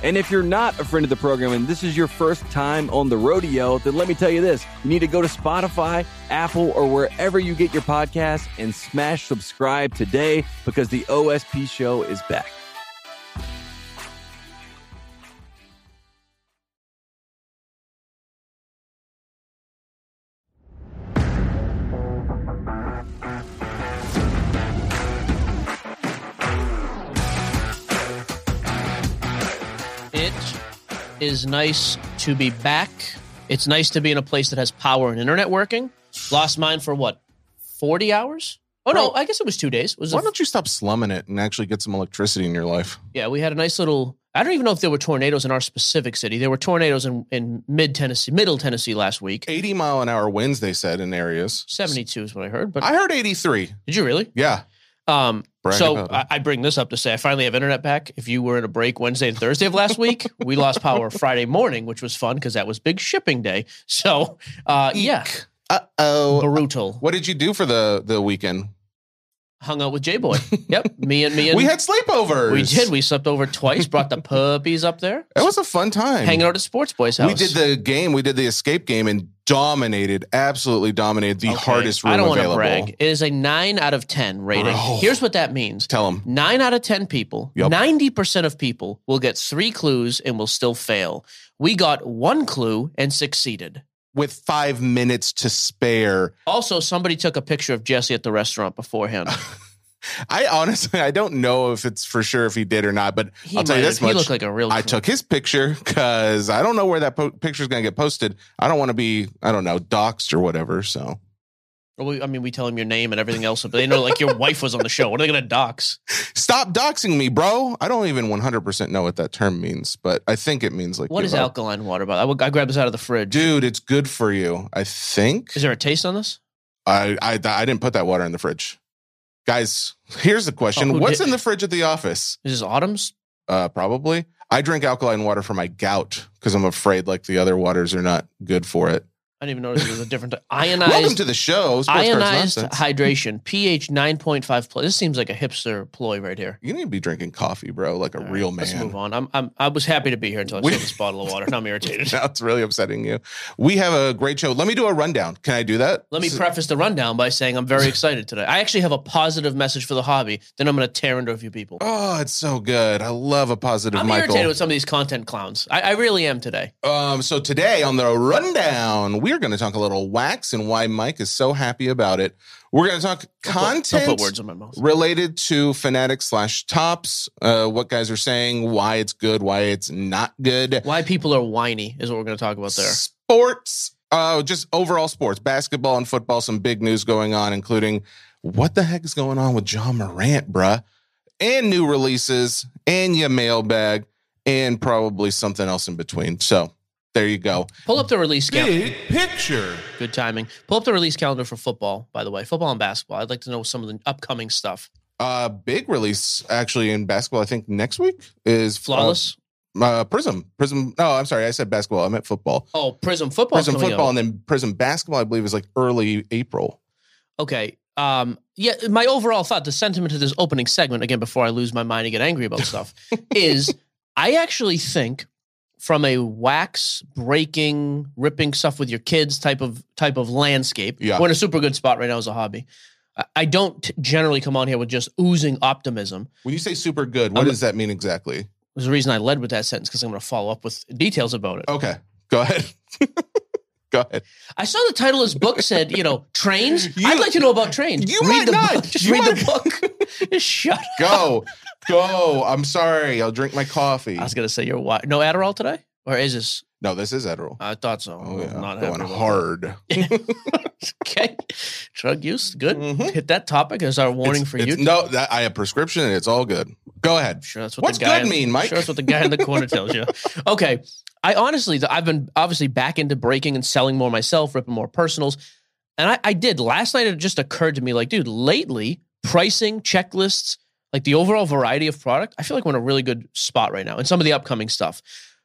And if you're not a friend of the program and this is your first time on the rodeo, then let me tell you this. You need to go to Spotify, Apple, or wherever you get your podcasts and smash subscribe today because the OSP show is back. It is nice to be back. It's nice to be in a place that has power and internet working. Lost mine for what? 40 hours? Oh no, I guess it was 2 days. It was Why a- don't you stop slumming it and actually get some electricity in your life? Yeah, we had a nice little I don't even know if there were tornadoes in our specific city. There were tornadoes in, in mid Tennessee, middle Tennessee last week. 80 mile an hour winds, they said in areas. 72 is what I heard, but I heard 83. did you really? Yeah. Um, Brag so about it. I, I bring this up to say I finally have internet back. If you were in a break Wednesday and Thursday of last week, we lost power Friday morning, which was fun because that was big shipping day. So uh, yeah, Uh oh. brutal. What did you do for the, the weekend? Hung out with J Boy. Yep, me and me and We had sleepovers. we did. We slept over twice. Brought the puppies up there. It was a fun time. Hanging out at Sports Boy's house. we did the game. We did the escape game and dominated, absolutely dominated the Okay, hardest room I don't wanna available. brag. It is a nine out of ten rating. Bro. Here's what that means. Tell them. Nine out of 10 people, Yup. 90% of people will get three clues and will still fail. We got one clue and succeeded. With five minutes to spare, Also, somebody took a picture of Jesse at the restaurant beforehand. I honestly I don't know if it's for sure if he did or not, but He I'll tell you might this have- much: He looked like a real I took his picture because I don't know where that po- picture is going to get posted. I don't want to be, I don't know, doxxed or whatever. So I mean, we tell him your name and everything else, but they know like your wife was on the show. What are they going to dox? stop doxing me, bro. I don't even 100% know what that term means, but I think it means like, What give is up. alkaline water? By the way? I, I grabbed this out of the fridge. Dude, it's good for you. I think. Is there a taste on this? I, I, I didn't put that water in the fridge. Guys, here's the Oh, question who What's did- in the fridge at the office? Is this autumn's? Uh, probably. I drink alkaline water for my gout because I'm afraid like the other waters are not good for it. I didn't even notice it was a different Welcome ionized to the show. Sports Cards ionized Nonsense. hydration ph 9.5 plus. This seems like a hipster ploy right here. You need to be drinking coffee, bro, like a All right, real man. Let's move on. I'm, I'm I was happy to be here until I saw We- this bottle of water. Now I'm irritated. Now it's really upsetting you. We have a great show. Let me do a rundown. Can I do that? Let me So- preface the rundown by saying I'm very excited today. I actually have a positive message for the hobby. Then I'm going to tear into a few people. oh, it's so good. I love a positive I'm irritated Michael. with some of these content clowns. I, I really am today. um, so today on the rundown, we're going to talk a little wax and why Mike is so happy about it. We're going to talk Don't content put words in my mouth. related to Fanatic slash Tops. Uh, what guys are saying, why it's good, why it's not good. Why people are whiny is what we're going to talk about there. Sports. Uh, just overall sports, basketball and football. Some big news going on, including what the heck is going on with John Morant, bruh, and new releases, and your mailbag, and probably something else in between. So there you go. Pull up the release calendar. picture. Good timing. Pull up the release calendar for football. By the way, football and basketball. I'd like to know some of the upcoming stuff. Uh, big release actually in basketball. I think next week is uh, Flawless. uh, Prism. Prism. No, I'm sorry. I said basketball. I meant football. oh, Prism football. Prism coming up. football, and then Prism basketball. I believe is like early April. Okay. Um, yeah, my overall thought, the sentiment of this opening segment, again, before I lose my mind and get angry about stuff, is I actually think from a wax breaking, ripping stuff with your kids type of type of landscape, Yeah. we're in a super good spot right now as a hobby. I- I don't generally come on here with just oozing optimism. When you say super good, what I'm- does that mean exactly? There's a reason I led with that sentence because I'm going to follow up with details about it. Okay, go ahead. go ahead. I saw the title of his book said, you know, trains. You- I'd like to know about trains. You read might the not. book. Just You read might- the book. Just shut Go, go. I'm sorry. I'll drink my coffee. I was gonna say you're what? No Adderall today, or is this? No, this is Adderall. I thought so. Oh yeah, Not going Adderall. hard. Okay, drug use, good. Mhm. Hit that topic as our warning It's- for it's- you. No, that I have prescription. and It's all good. Go ahead. Sure, that's what What's the guy good mean, Mike? Sure, that's what the guy in the corner tells you. Okay, I honestly, I've been obviously back into breaking and selling more myself, ripping more personals. And I, I did last night. It just occurred to me, like, dude, lately pricing checklists, like the overall variety of product, I feel like we're in a really good spot right now. And some of the upcoming stuff.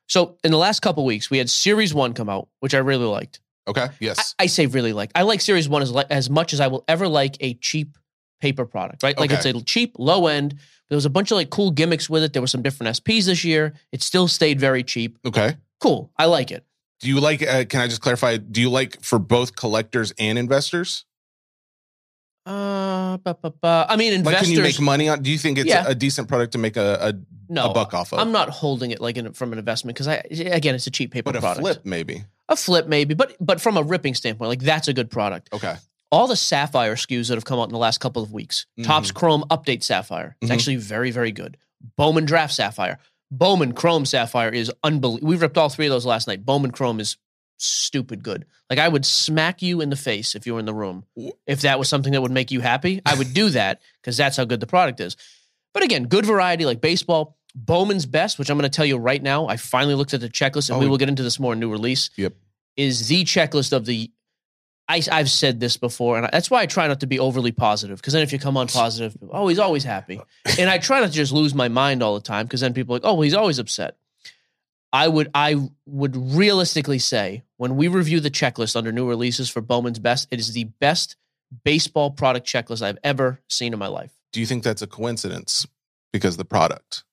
So in the last couple weeks, we had Series One come out, which I really liked. Okay. I, Yes. I say really like. I like Series One as li- as much as I will ever like a cheap paper product, right? Like Okay. it's a cheap low end. There was a bunch of like cool gimmicks with it. There were some different SPs this year. It still stayed very cheap. okay. Cool. I like it. Do you like? Uh, can I just clarify? Do you like for both collectors and investors? Uh, ba, ba, ba. I mean, Like, investors. can you make money on? Do you think it's Yeah. a decent product to make a a, no, a buck off of? I'm not holding it like in, from an investment because I again, it's a cheap paper but a product. flip maybe. a flip maybe, but but from a ripping standpoint, like that's a good product. Okay. all the sapphire SKUs that have come out in the last couple of weeks. Mhm. Topps Chrome Update Sapphire. It's Mhm. actually very, very good. Bowman Draft Sapphire. Bowman Chrome Sapphire is unbelievable. We ripped all three of those last night. Bowman Chrome is stupid good. Like I would smack you in the face if you were in the room. Wh- If that was something that would make you happy, I would do that because that's how good the product is. But again, good variety like baseball. Bowman's best, which I'm going to tell you right now. I finally looked at the checklist, and Oh, we yeah. will get into this more in new release. Yep. Is the checklist of the I, I've said this before, and that's why I try not to be overly positive. Because then, if you come on positive, oh, he's always happy, and I try not to just lose my mind all the time. Because then people are like, oh, well, he's always upset. I would, I would realistically say, when we review the checklist under new releases for Bowman's Best, it is the best baseball product checklist I've ever seen in my life. Do you think that's a coincidence? Because the product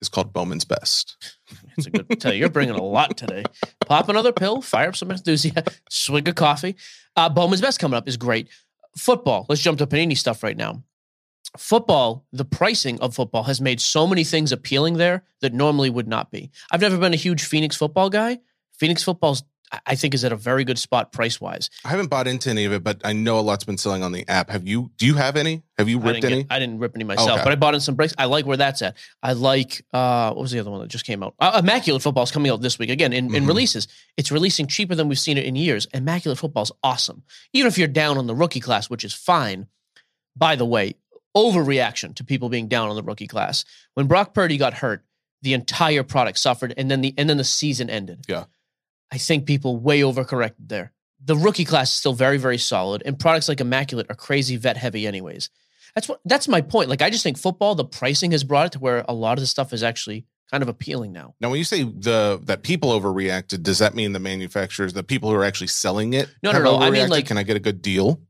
is called Bowman's Best. It's a good tell you. You're bringing a lot today. Pop another pill, fire up some enthusiasm, swig of coffee. Uh, Bowman's Best coming up is great. Football. Let's jump to Panini stuff right now. Football, the pricing of football has made so many things appealing there that normally would not be. I've never been a huge Phoenix football guy. Phoenix football's, I- I think, is at a very good spot price wise. I haven't bought into any of it, but I know a lot's been selling on the app. Have you? Do you have any? Have you I ripped didn't, any? get, I didn't rip any myself, Okay. but I bought in some breaks. I like where that's at. I like uh, what was the other one that just came out? Uh, Immaculate Football's coming out this week again in, in Mhm. releases. It's releasing cheaper than we've seen it in years. Immaculate Football's awesome, even if you're down on the rookie class, which is fine. By the way, overreaction to people being down on the rookie class when Brock Purdy got hurt, the entire product suffered, and then the and then the season ended. Yeah. I think people way overcorrected there. The rookie class is still very, very solid, and products like Immaculate are crazy vet heavy, anyways. That's what that's my point. Like I just think football, the pricing has brought it to where a lot of the stuff is actually kind of appealing now. Now, when you say the that people overreacted, does that mean the manufacturers, the people who are actually selling it, No, no, no. I mean, overreacted? like- can I get a good deal?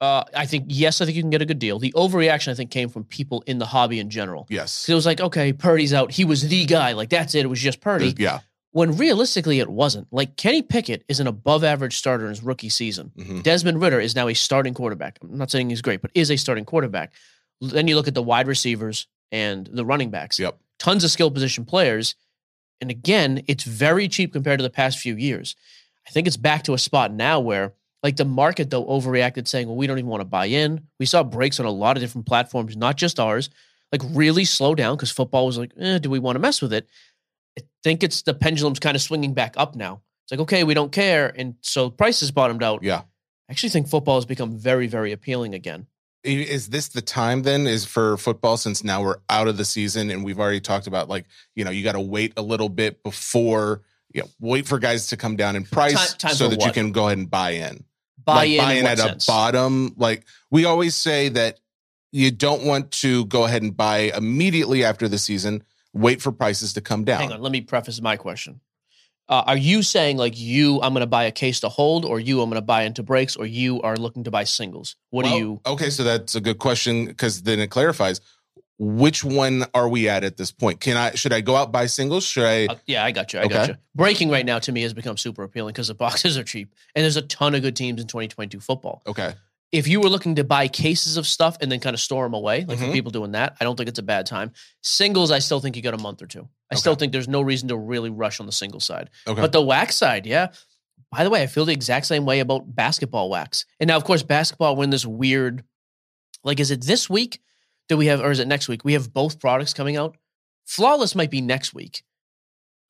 Uh, I think yes, I think you can get a good deal. The overreaction I think came from people in the hobby in general. Yes. So it was like, okay, Purdy's out. He was the guy. Like that's it. It was just Purdy. Yeah. When realistically, it wasn't. Like Kenny Pickett is an above average starter in his rookie season. Mhm. Desmond Ritter is now a starting quarterback. I'm not saying he's great, but is a starting quarterback. Then you look at the wide receivers and the running backs. Yep. Tons of skill position players. And again, it's very cheap compared to the past few years. I think it's back to a spot now where like the market though overreacted saying, well, we don't even want to buy in. We saw breaks on a lot of different platforms, not just ours, like really slow down because football was like, eh, do we want to mess with it? I think it's the pendulum's kind of swinging back up now. It's like, okay, we don't care. And so prices bottomed out. Yeah. I actually think football has become very, very appealing again. I- Is this the time then? Is for football since now we're out of the season and we've already talked about like you know you got to wait a little bit before you know, wait for guys to come down in price Time- time so for that you what? can go ahead and buy in. Buy like in, buying in what at sense? a bottom. Like we always say that you don't want to go ahead and buy immediately after the season. Wait for prices to come down. Hang on, let me preface my question. Uh, are you saying like you, I'm going to buy a case to hold, or you, I'm going to buy into breaks, or you are looking to buy singles? What do Well, you? Okay, so that's a good question because then it clarifies which one are we at at this point? Can I should I go out buy singles? Should I? Uh, yeah, I got you. I Okay. got you. Breaking right now to me has become super appealing because the boxes are cheap and there's a ton of good teams in 2022 football. Okay, if you were looking to buy cases of stuff and then kind of store them away, like Mhm. for people doing that, I don't think it's a bad time. Singles, I still think you got a month or two. I still Okay. think there's no reason to really rush on the single side. okay. But the wax side, yeah. By the way, I feel the exact same way about basketball wax. And now, of course, basketball, we're in this weird, like, is it this week that we have, or is it next week? We have both products coming out. Flawless might be next week.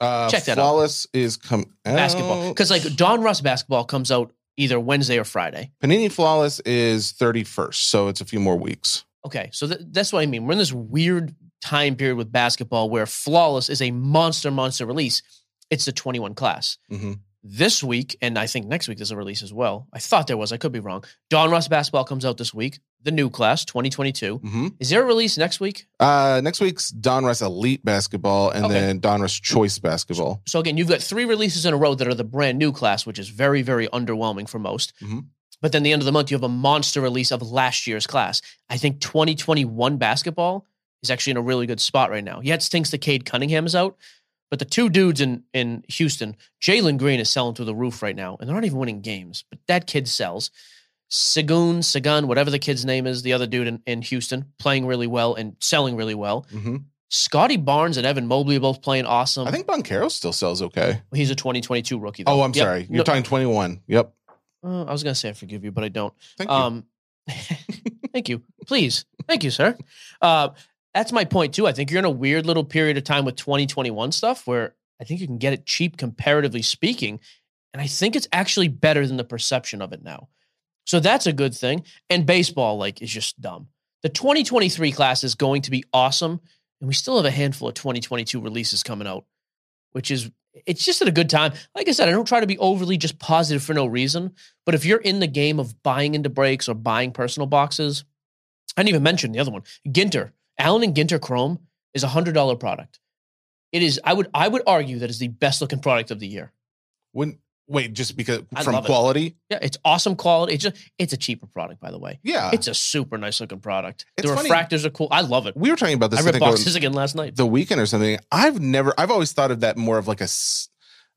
uh, check that out. Flawless is oh, come Basketball. out. Because, like, Don Russ basketball comes out either Wednesday or Friday. Panini Flawless is thirty first, so it's a few more weeks. Okay, so th- that's what I mean. We're in this weird time period with basketball where Flawless is a monster, monster release. It's the 21 class. hmm this week, and I think next week there's a release as well. I thought there was. I could be wrong. Don Ross Basketball comes out this week. The new class, 2022. hmm Is there a release next week? Uh, next week's Donruss Elite Basketball and Okay. then Donruss Choice Basketball. So again, you've got three releases in a row that are the brand new class, which is very, very underwhelming for most. Mhm. But then the end of the month, you have a monster release of last year's class. I think 2021 basketball is actually in a really good spot right now. Yeah, it stinks that Cade Cunningham is out, but the two dudes in in Houston, Jalen Green is selling through the roof right now, and they're not even winning games. But that kid sells. Sagoon, Sagun, whatever the kid's name is, the other dude in, in Houston, playing really well and selling really well. hmm Scotty Barnes and Evan Mobley are both playing awesome. I think Boncaro still sells okay. He's a 2022 rookie. Though. Oh, I'm Yep. sorry. You're No, talking 21. Yep. uh, I was gonna say I forgive you, but I don't. Thank you. Um, thank you. Please, thank you, sir. Uh, that's my point too. I think you're in a weird little period of time with 2021 stuff where I think you can get it cheap, comparatively speaking, and I think it's actually better than the perception of it now. So that's a good thing. And baseball, like, is just dumb. The 2023 class is going to be awesome, and we still have a handful of 2022 releases coming out, which is it's just at a good time. Like I said, I don't try to be overly just positive for no reason. But if you're in the game of buying into breaks or buying personal boxes, I didn't even mention the other one. Ginter, Allen and Ginter Chrome is a hundred dollar product. It is. I would. I would argue that is the best looking product of the year. When wait, just because I from love it. quality? Yeah, it's awesome quality. It's just. It's a cheaper product, by the way. Yeah. It's a super nice looking product. The Ah. It's funny- refractors are cool. I love it. we were talking about I this I ripped think, on boxes again last night. the weekend or something. I've never I've always thought of that more of like a s-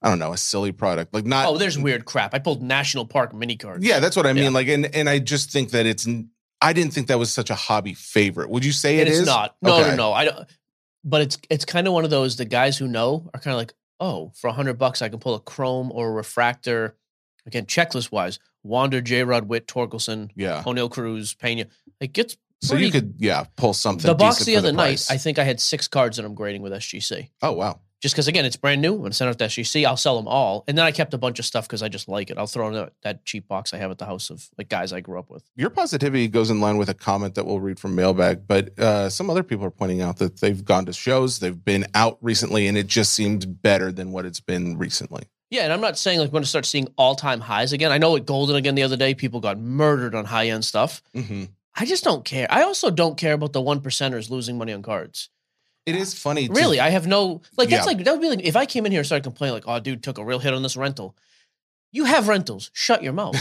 I don't know, a silly product. Like not Oh, there's weird crap. I pulled National Park mini cards. Yeah, that's what I mean. Yeah. Like and and I just think that it's n- I didn't think that was such a hobby favorite. Would you say it's is? not. No, Okay. no, no. I don't. But it's it's kind of one of those. The guys who know are kind of like, oh, for a hundred bucks, I can pull a chrome or a refractor. Again, checklist wise, Wander, J. Rod, Witt, Torkelson, Yeah. O'Neill, Cruz, Pena. It gets So you pretty- could yeah, pull something the box decent the for other night. price. I think I had six cards that I'm grading with SGC. oh wow. Just because again, it's brand new. I'm gonna send out to SGC. I'll sell them all, and then I kept a bunch of stuff because I just like it. I'll throw in that- that cheap box I have at the house of like guys I grew up with. your positivity goes in line with a comment that we'll read from mailbag but uh, some other people are pointing out that they've gone to shows they've been out recently and it just seems better than what it's been recently Yeah, and I'm not saying like we're going to start seeing all time highs again. I know at Golden again the other day, people got murdered on high end stuff. I just don't care. I also don't care about the one percenters losing money on cards. It is funny to- Really, I have no like. That's Yeah. like that would be like if I came in here and started complaining like, "Oh, dude, took a real hit on this rental." You have rentals. Shut your mouth.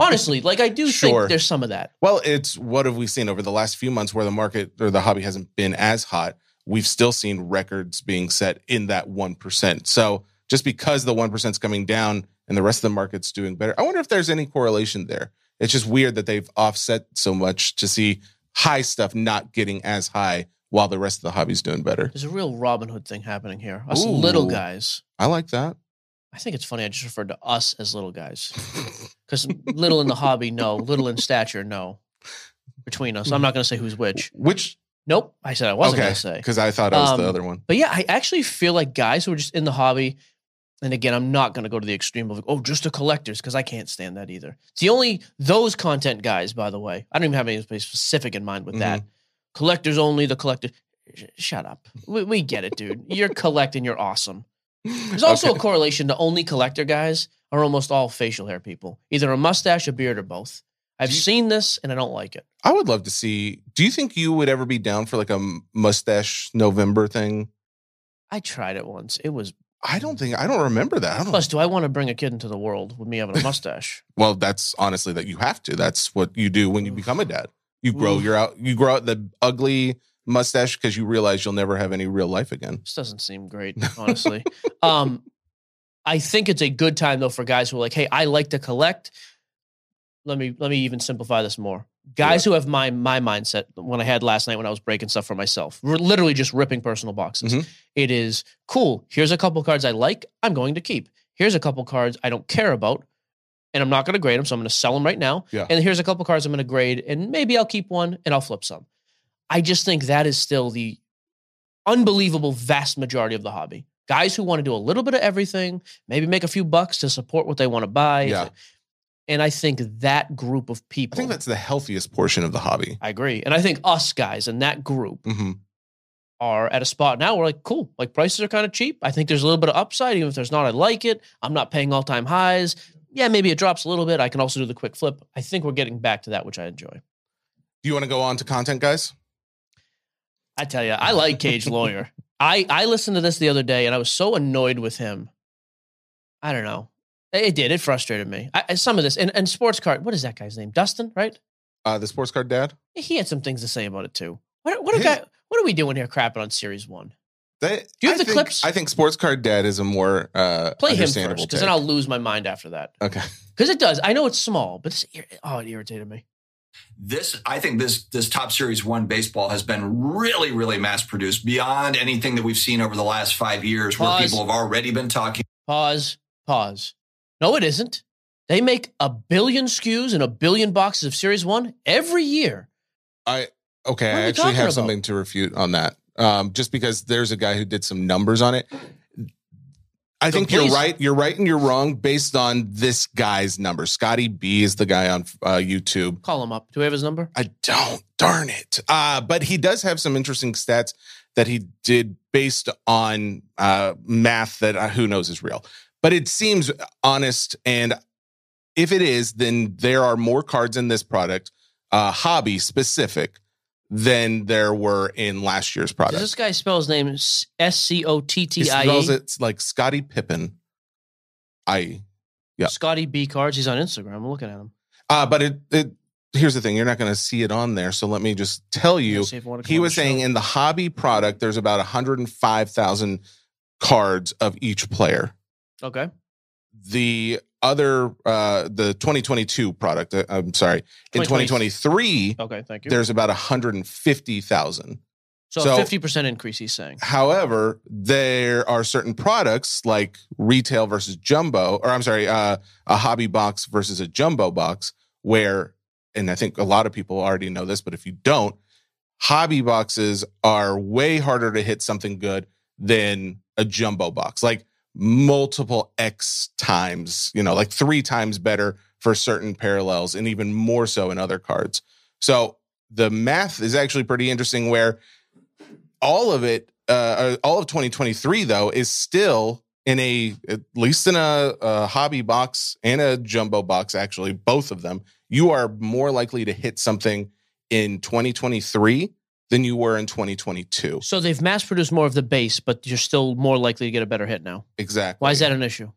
Honestly, like I do Sure. think there's some of that. well it's what have we seen over the last few months where the market or the hobby hasn't been as hot we've still seen records being set in that 1% so just because the 1% is coming down and the rest of the market's doing better i wonder if there's any correlation there it's just weird that they've offset so much to see high stuff not getting as high while the rest of the hobby's doing better There's a real Robin Hood thing happening here. Us little Ooh. guys. i like that I think it's funny. I just referred to us as little guys because little in the hobby, no. Little in stature, no. Between us, I'm not going to say who's which. which Nope, I said I wasn't okay going to say. because i thought i was the Um, other one But yeah, I actually feel like guys who are just in the hobby, and again, I'm not going to go to the extreme of like, oh, just the collectors, because I can't stand that either. It's the only those content guys, by the way. I don't even have anybody specific in mind with that. Collectors only, the collector. Sh- Shut up. We, we get it, dude. You're collecting. You're awesome. There's also a correlation to only collector guys are almost all facial hair people, either a mustache, a beard, or both. I've Do you- seen this and I don't like it. I would love to see. Do you think you would ever be down for like a m- mustache November thing? I tried it once. It was I don't think I don't remember that. I don't, plus. Do I want to bring a kid into the world with me having a mustache? well, that's honestly that you have to. That's what you do when you Oof. become a dad. You grow Oof. your out. You grow out the ugly mustache because you realize you'll never have any real life again. This doesn't seem great, honestly. um, I think it's a good time though for guys who are like, "Hey, I like to collect." Let me let me even simplify this more. Guys who have my my mindset when I had last night when I was breaking stuff for myself, we're literally just ripping personal boxes. Mhm. It is cool. Here's a couple cards I like. I'm going to keep. Here's a couple cards I don't care about, and I'm not going to grade them, so I'm going to sell them right now. Yeah. And here's a couple cards I'm going to grade, and maybe I'll keep one and I'll flip some. I just think that is still the unbelievable vast majority of the hobby. Guys who want to do a little bit of everything, maybe make a few bucks to support what they want to buy. Yeah. And I think that group of I people, think that's the healthiest portion of the hobby. I agree. And I think us guys in that group hmm are at a spot now where like cool, like prices are kind of cheap. I think there's a little bit of upside, even if there's not, I like it. I'm not paying all time highs. Yeah, maybe it drops a little bit. I can also do the quick flip. I think we're getting back to that, which I enjoy. Do you want to go on to content, guys? I tell you, I like Cage Lawyer. I I listened to this the other day and I was so annoyed with him. I don't know. It did. It frustrated me. I, I- some of this and, and sports card. What is that guy's name? Dustin, right? Uh, the sports card dad. He had some things to say about it too. What what a Yeah. guy. What are we doing here? Crapping on series one. They, Do you have I the think, clips? I think sports card dad is a more uh, Play him first, understandable because then I'll lose my mind after that. take. okay. Because it does. I know it's small, but it's, ir- oh, it irritated me. this i think this this top series one baseball has been really really mass produced beyond anything that we've seen over the last five years where Pause. people have already been talking Pause. Pause. No, it isn't. They make a billion SKUs and a billion boxes of series one every year. I okay. What are I we actually talking have about? something to refute on that. Um, just because there's a guy who did some numbers on it. I So think please- you're right. You're right and you're wrong based on this guy's numbers. Scotty B is the guy on uh, YouTube. Call him up. Do we have his number? I don't. Darn it. Uh, but he does have some interesting stats that he did based on uh, math that uh, who knows is real. But it seems honest. And if it is, then there are more cards in this product, uh, hobby specific, than there were in last year's Does product. this guy spell his name S C O T he T I spells E? it like Scotty Pippen. I. E. yeah. Scotty B cards. He's on Instagram. I'm looking at him. Uh, but it, it here's the thing: you're not going to see it on there. So let me just tell you. See if I wanna come he on was the show. saying in the hobby product there's about 105,000 cards of each player. okay. The other uh the 2022 product, uh, I'm sorry, in 2020. 2023 Okay. Thank you. there's about 150,000. so so- fifty percent increase. He's saying. However, there are certain products like retail versus jumbo, or I'm sorry, uh, a hobby box versus a jumbo box, where, and I think a lot of people already know this, but if you don't, hobby boxes are way harder to hit something good than a jumbo box, like multiple X times, you know, like three times better for certain parallels and even more so in other cards. So the math is actually pretty interesting where all of it, uh, uh, all of 2023 though, is still in a at least in a, a hobby box and a jumbo box. Actually, both of them, you are more likely to hit something in 2023 than you were in 2022. So they've mass produced more of the base, but you're still more likely to get a better hit now. Exactly. Why is that an issue?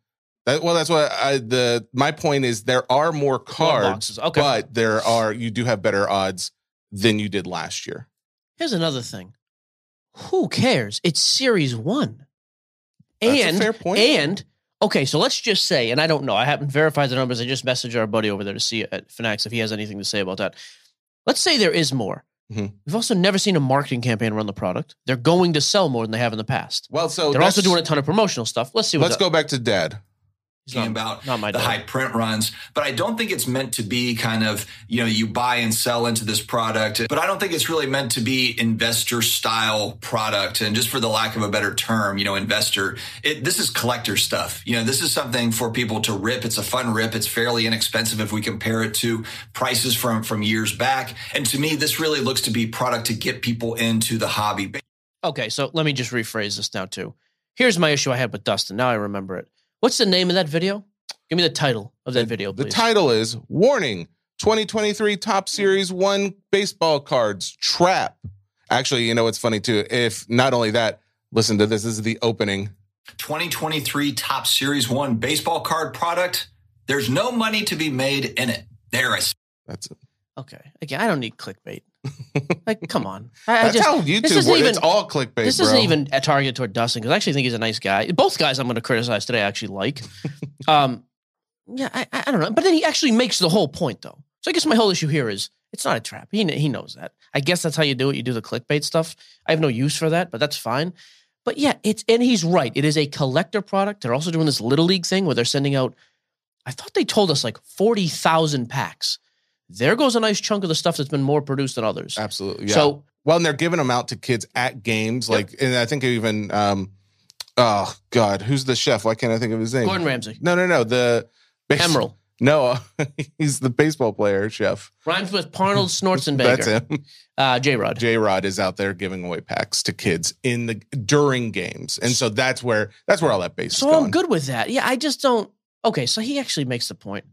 That- well, that's what I, the my point is. There are more More cards, boxes. Okay. but there are you do have better odds than you did last year. Here's another thing. Who cares? It's series one. That's a And fair point. and okay, so let's just say, and I don't know, I haven't verified the numbers. I just messaged our buddy over there to see at Finax if he has anything to say about that. Let's say there is more. Mhm. We've also never seen a marketing campaign run the product. They're going to sell more than they have in the past. Well, so They're also Oh, that's- doing a ton of promotional stuff. Let's see what's Let's go back to Dad. talking about Not my the dad. high print runs but i don't think it's meant to be kind of you know you buy and sell into this product but i don't think it's really meant to be investor style product and just for the lack of a better term you know investor it this is collector stuff you know this is something for people to rip it's a fun rip it's fairly inexpensive if we compare it to prices from from years back and to me this really looks to be product to get people into the hobby Okay, so let me just rephrase this now too. Here's my issue I had with Dustin. Now I remember it. What's the name of that video? Give me the title of that video, The please. title is Warning 2023 Top Series 1 Baseball Cards Trap. Actually, you know what's funny too? If not only that, listen to this. This is the opening. 2023 Top Series 1 baseball card product, there's no money to be made in it. There is. That's it. Okay. Again, I don't need clickbait. like, come on. I, I That's just how YouTube isn't works. It's even- all clickbait. this isn't bro. even a target toward Dustin because I actually think he's a nice guy. Both guys I'm going to criticize today I actually like. um, yeah, I, I I don't know, but then he actually makes the whole point though. So I guess my whole issue here is it's not a trap. He kn- he knows that. I guess that's how you do it. You do the clickbait stuff. I have no use for that, but that's fine. But yeah, it's and he's right. It is a collector product. They're also doing this little league thing where they're sending out. I thought they told us like forty thousand packs. There goes a nice chunk of the stuff that's been more produced than others. Absolutely. Uh, Yeah. So well, and they're giving them out to kids at games. Yep. Like, and I think even, um, oh God, who's the chef? Why can't I think of his name? Gordon Ramsay, No, no, no. The Emerald. No, he's the baseball player, Chef. Rhymes with Parnold Schwarzenegger. That's him. Uh, J Rod. J Rod is out there giving away packs to kids in the during games, and so that's where that's where all that base. So is going. I'm good with that. Yeah, I just don't. Okay, so he actually makes the point.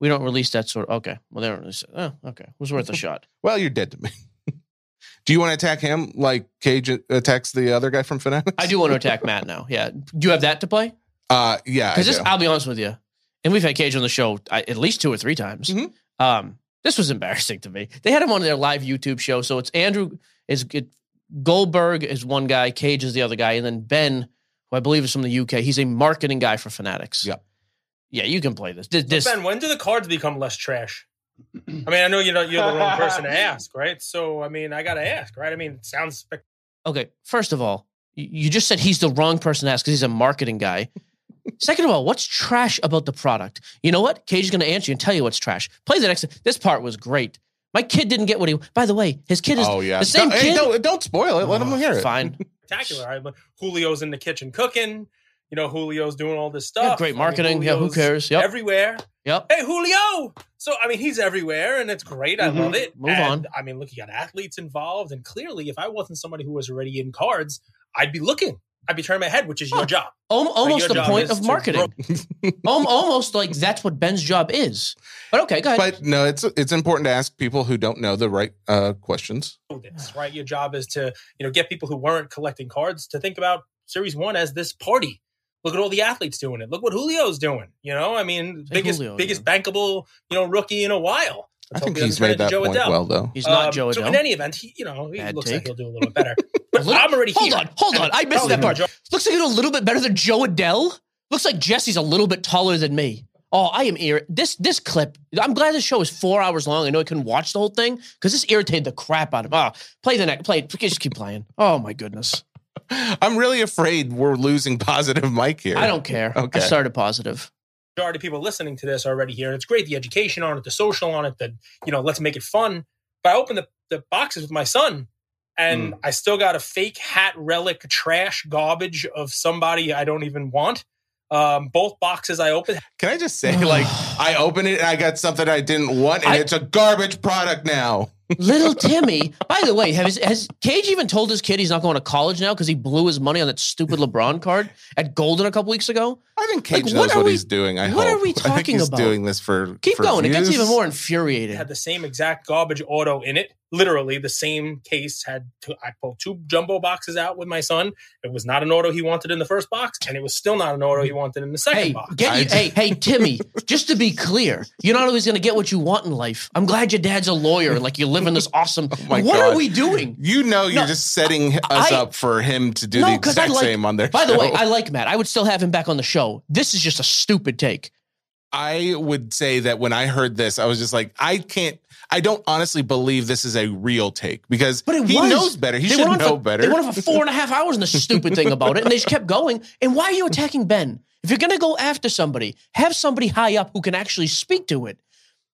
We don't release that sort. Okay, well they don't release. It. Oh, okay, it was worth a shot. Well, you're dead to me. Do you want to attack him like Cage attacks the other guy from Fanatics? I do want to attack Matt now. Yeah, do you have that to play? Uh, yeah, I Because this, do. I'll be honest with you, and we've had Cage on the show I, at least two or three times. Mhm. Um, this was embarrassing to me. They had him on their live YouTube show, so it's Andrew is it, Goldberg is one guy, Cage is the other guy, and then Ben, who I believe is from the UK, he's a marketing guy for Fanatics. Yeah. yeah, you can play this. This, this ben, when do the cards become less trash? I mean, I know you're not, you're the wrong person to ask, right? So, I mean, I gotta ask, right? I mean, it sounds spec- okay. First of all, y- you just said he's the wrong person to ask because he's a marketing guy. Second of all, what's trash about the product? You know what? Cage is going to answer you and tell you what's trash. Play the next. This part was great. My kid didn't get what he. By the way, his kid is oh yeah, the same Don't- hey, kid. don't, don't spoil it. Let him Oh, hear it. Fine. spectacular. I, Julio's in the kitchen cooking. You know, Julio's doing all this stuff. Yeah, great I mean, marketing. yeah, who Julio's cares? Yep. Everywhere. yep. Hey, Julio. So, I mean, he's everywhere and it's great. I Mhm. love it. Mm-hmm. Move And, on. I mean, look, you got athletes involved. And clearly, if I wasn't somebody who was already in cards, I'd be looking. I'd be turning my head, which is Huh. your job. Al- almost your the job point is of to marketing. Al- almost like that's what Ben's job is. But okay, go ahead. But no, it's it's important to ask people who don't know the right uh, questions. know Ah. this, right? Your job is to, you know, get people who weren't collecting cards to think about Series One as this party. Look at all the athletes doing it. Look what Julio's doing. You know, I mean, Say biggest Julio, biggest bankable, you know, rookie in a while. I Let's hope think he doesn't he's turn made into that Joe point Adele. well, though. he's not Um, Joe So Adele. in any event, he, you know, he Bad looks take. like he'll do a little better. But Look- I'm already hold here. on, hold on. I missed Probably that part. Joe- Looks like he's a little bit better than Joe Adele. Looks like Jesse's a little bit taller than me. Oh, I am ir- this this clip. I'm glad this show is four hours long. I know I couldn't watch the whole thing because this irritated the crap out of me. Oh, play the next play. Just keep playing. Oh my goodness. I'm really afraid we're losing positive Mike here. I don't care. Okay. I started positive. majority of people listening to this already here, and it's great the education on it, the social on it, the you know, let's make it fun. But I opened the, the boxes with my son, and I still got a fake hat relic, trash, garbage of somebody I don't even want. Um, both boxes I opened Can I just say, like, I opened it and I got something I didn't want, and I- it's a garbage product now. Little Timmy. By the way, has, has Cage even told his kid he's not going to college now because he blew his money on that stupid LeBron card at Golden a couple weeks ago? I think Cage Like, what knows are what we- he's doing. I what hope. are we I think talking he's about? doing this for. Keep for going. It gets views. even more infuriating. had the same exact garbage auto in it. Literally, the same case had. Two, I pulled two jumbo boxes out with my son. It was not an auto he wanted in the first box, and it was still not an auto he wanted in the second Hey, box. get I you, d- hey, hey, Timmy. Just to be clear, you're not always going to get what you want in life. I'm glad your dad's a lawyer. Like you live in this awesome. my what God. are we doing? You know, you're No, just setting us I- up for him to do No, the 'cause I exact like- same on their. By the way, show. I like Matt. I would still have him back on the show. This is just a stupid take. I would say that when I heard this, I was just like, I can't. I don't honestly believe this is a real take because But it he was. knows better. He They should went on know for, better. They went on for four and a half hours in the stupid thing about it, and they just kept going. And why are you attacking Ben? If you're going to go after somebody, have somebody high up who can actually speak to it.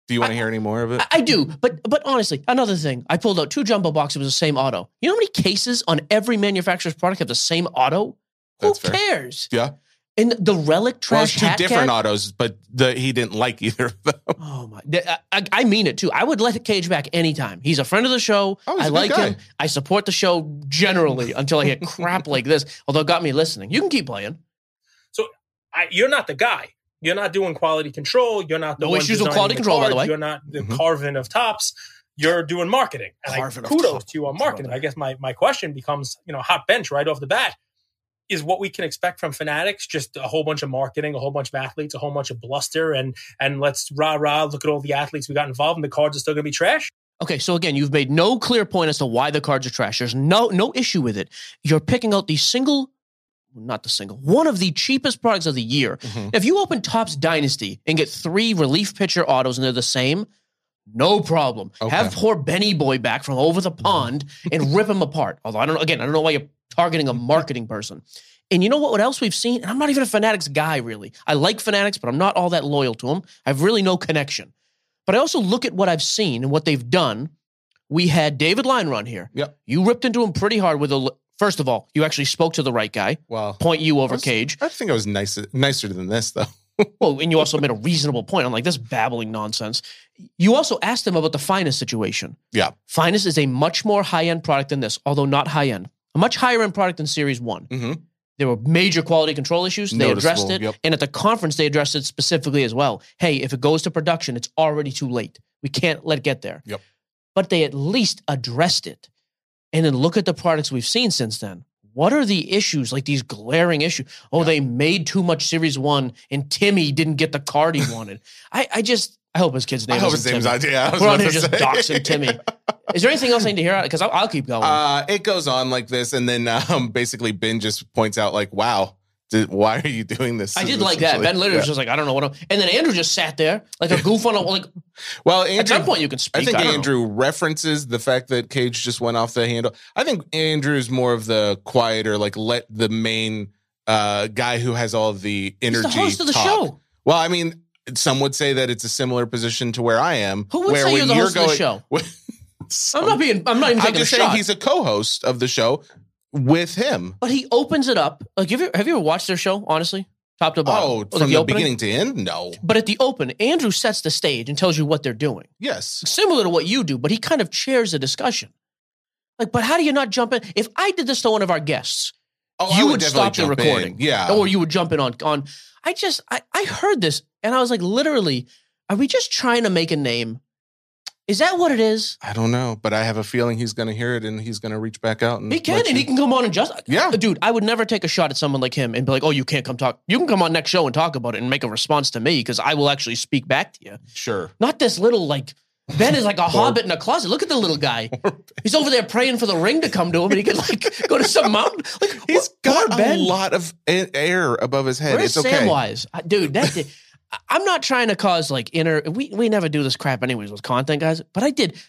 do you want to hear any more of it? I, I do, but but honestly, another thing, I pulled out two jumbo boxes with the same auto. You know how many cases on every manufacturer's product have the same auto? That's Who fair. cares? yeah. And the relic Well, it's trash two hat different cat- autos, but the, he didn't like either of them. Oh my! Th- I, I- I mean it too. I would let Cage back anytime. He's a friend of the show. Oh, I he's a good like guy. him. I support the show generally until I hear crap like this. Although it got me listening. You can keep playing. I, you're not the guy. You're not doing quality control. You're not the No one issues with designing quality the control, by cards. the way. Mm-hmm. You're not the Mhm. carving of tops. You're doing marketing. And I, Carving of kudos tops. to you on That's what marketing. I'm- I guess my, my question becomes, you know, hot bench right off the bat is what we can expect from Fanatics. Just a whole bunch of marketing, a whole bunch of athletes, a whole bunch of bluster, and and let's rah rah. Look at all the athletes we got involved, and the cards are still going to be trash. Okay, so again, you've made no clear point as to why the cards are trash. There's no no issue with it. You're picking out the single, not the single, one of the cheapest products of the year. If you open Topps Dynasty and get three relief pitcher autos and they're the same, no problem. Okay. Mm-hmm. Have poor Benny Boy back from over the pond and rip him apart. Although I don't again, I don't know why you're targeting a marketing person. And you know what, what else we've seen? And I'm not even a Fanatics guy, really. I like Fanatics, but I'm not all that loyal to them. I have really no connection. But I also look at what I've seen and what they've done. We had David Line run here. Yep. You ripped into him pretty hard with a. l- First of all, you actually spoke to the right guy. Well, Point you over That's- Cage. I think I was nicer, nicer than this, though. Well, and you also made a reasonable point. I'm like, this babbling nonsense. You also asked them about the finest situation. Yeah. Finest is a much more high end product than this, although not high end. A much higher end product than Series One. Mm-hmm. There were major quality control issues. They addressed Noticeable, it. yep. And at the conference, they addressed it specifically as well. Hey, if it goes to production, it's already too late. We can't let it get there. Yep. But they at least addressed it. And then look at the products we've seen since then. What are the issues, like these glaring issues? Oh, they made too much Series 1 and Timmy didn't get the card he wanted. I, I just, I hope his kid's name I hope isn't his name's Timmy. not. Yeah, I was We're on about here to just say. doxing Timmy. Oh. Is there anything else I need to hear? Because I'll, I'll keep going. Uh, it goes on like this, and then um, basically Ben just points out like, "Wow, did, why are you doing this?" I did like that. Ben literally was Yeah. just like, I don't know what I'm. And then Andrew just sat there like a goof on a. Like, Well, at Andrew, some point, you can speak. I think don't know. Andrew references the fact that Cage just went off the handle. I think Andrew's more of the quieter, like let the main uh, guy who has all the He's energy. the host of the talk. show. Well, I mean, some would say that it's a similar position to where I am. Who would where say when you're the host of the show? I'm not being. I'm not even I'm taking a just saying shot. he's a co-host of the show with him. But he opens it up. Like, have you have you ever watched their show? Honestly, top to bottom. Oh, Like, from the opening? beginning to end? No. But at the open, Andrew sets the stage and tells you what they're doing, Yes. similar to what you do. But he kind of chairs the discussion. Like, but how do you not jump in? If I did this to one of our guests, Oh, You I would definitely stop the jump recording. Oh, in. Yeah. or you would jump in on on. I just I, I heard this and I was like, literally, are we just trying to make a name? Is that what it is? I don't know, but I have a feeling he's going to hear it and he's going to reach back out and He can, let and you- he can come on and just. Yeah. dude, I would never take a shot at someone like him and be like, "Oh, you can't come talk. You can come on next show and talk about it and make a response to me because I will actually speak back to you." sure. Not this little like Ben is like a hobbit in a closet. Look at the little guy. He's over there praying for the ring to come to him, and he could like go to some mountain. Like He's wh- poor got a Ben. lot of a- air above his head. Where's it's okay. Samwise, I- dude? That did, I- I'm not trying to cause like inner. We we never do this crap anyways with content guys, but I did.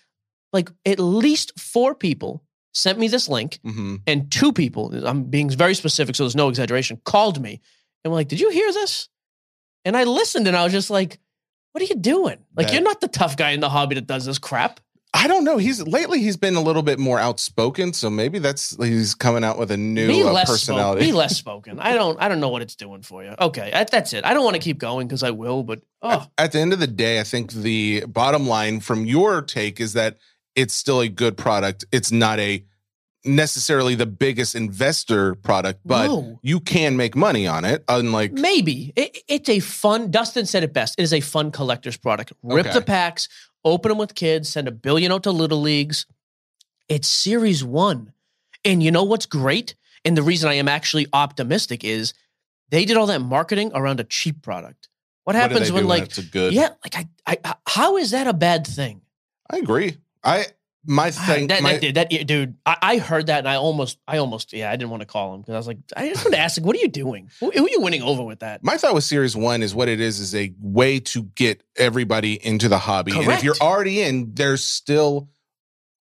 Like at least four people sent me this link hmm and two people, I'm being very specific, so there's no exaggeration, called me and were like, Did you hear this? And I listened and I was just like, What are you doing? Like, That- you're not the tough guy in the hobby that does this crap. I don't know. He's lately he's been a little bit more outspoken, so maybe that's he's coming out with a Be new uh, less, spoken. personality. be less spoken. I don't I don't know what it's doing for you. Okay, that- that's it. I don't want to keep going because I will, but oh, At- At the end of the day, I think the bottom line from your take is that it's still a good product. It's not a necessarily the biggest investor product, but No. you can make money on it. Unlike maybe. It, it's a fun, Dustin said it best. It is a fun collector's product. Rip Okay. the packs, open them with kids, send a billion out to little leagues. It's series one. And you know what's great? And the reason I am actually optimistic is they did all that marketing around a cheap product. What what do happens they when, do like, it's a good. yeah, like I, I, h- how is that a bad thing? I agree. I my thing. Ah, that, my, that, did- that, dude, I, I heard that and I almost, I almost, yeah, I didn't want to call him because I was like, I just wanted to ask, like, what are you doing? Who, who are you winning over with that? my thought with series one is what it is is a way to get everybody into the hobby. And if Correct. you're already in, there's still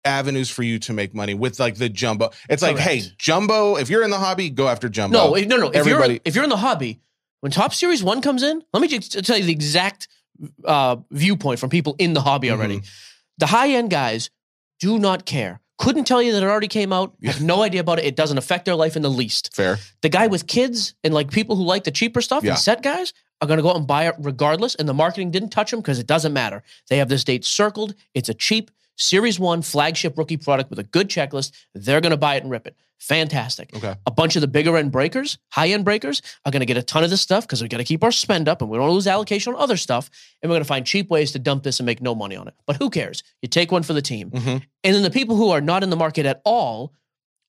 avenues for you to make money with like the jumbo. It's like, hey, Correct. jumbo, if you're in the hobby, go after jumbo. No, if- no, no. If Everybody- you're if you're in the hobby, when Top Series One comes in, let me just tell you the exact uh, viewpoint from people in the hobby already. The high end guys do not care. Couldn't tell you that it already came out. Have no idea about it. It doesn't affect their life in the least. Fair. The guy with kids and like people who like the cheaper stuff Yeah. and set guys are going to go out and buy it regardless. And the marketing didn't touch them because it doesn't matter. They have this date circled. It's a cheap Series One flagship rookie product with a good checklist. They're going to buy it and rip it. Fantastic Okay. a bunch of the bigger end breakers, high end breakers, are going to get a ton of this stuff because we got to keep our spend up and we don't lose allocation on other stuff. And we're going to find cheap ways to dump this and make no money on it. But who cares? You take one for the team. Mhm. And then the people who are not in the market at all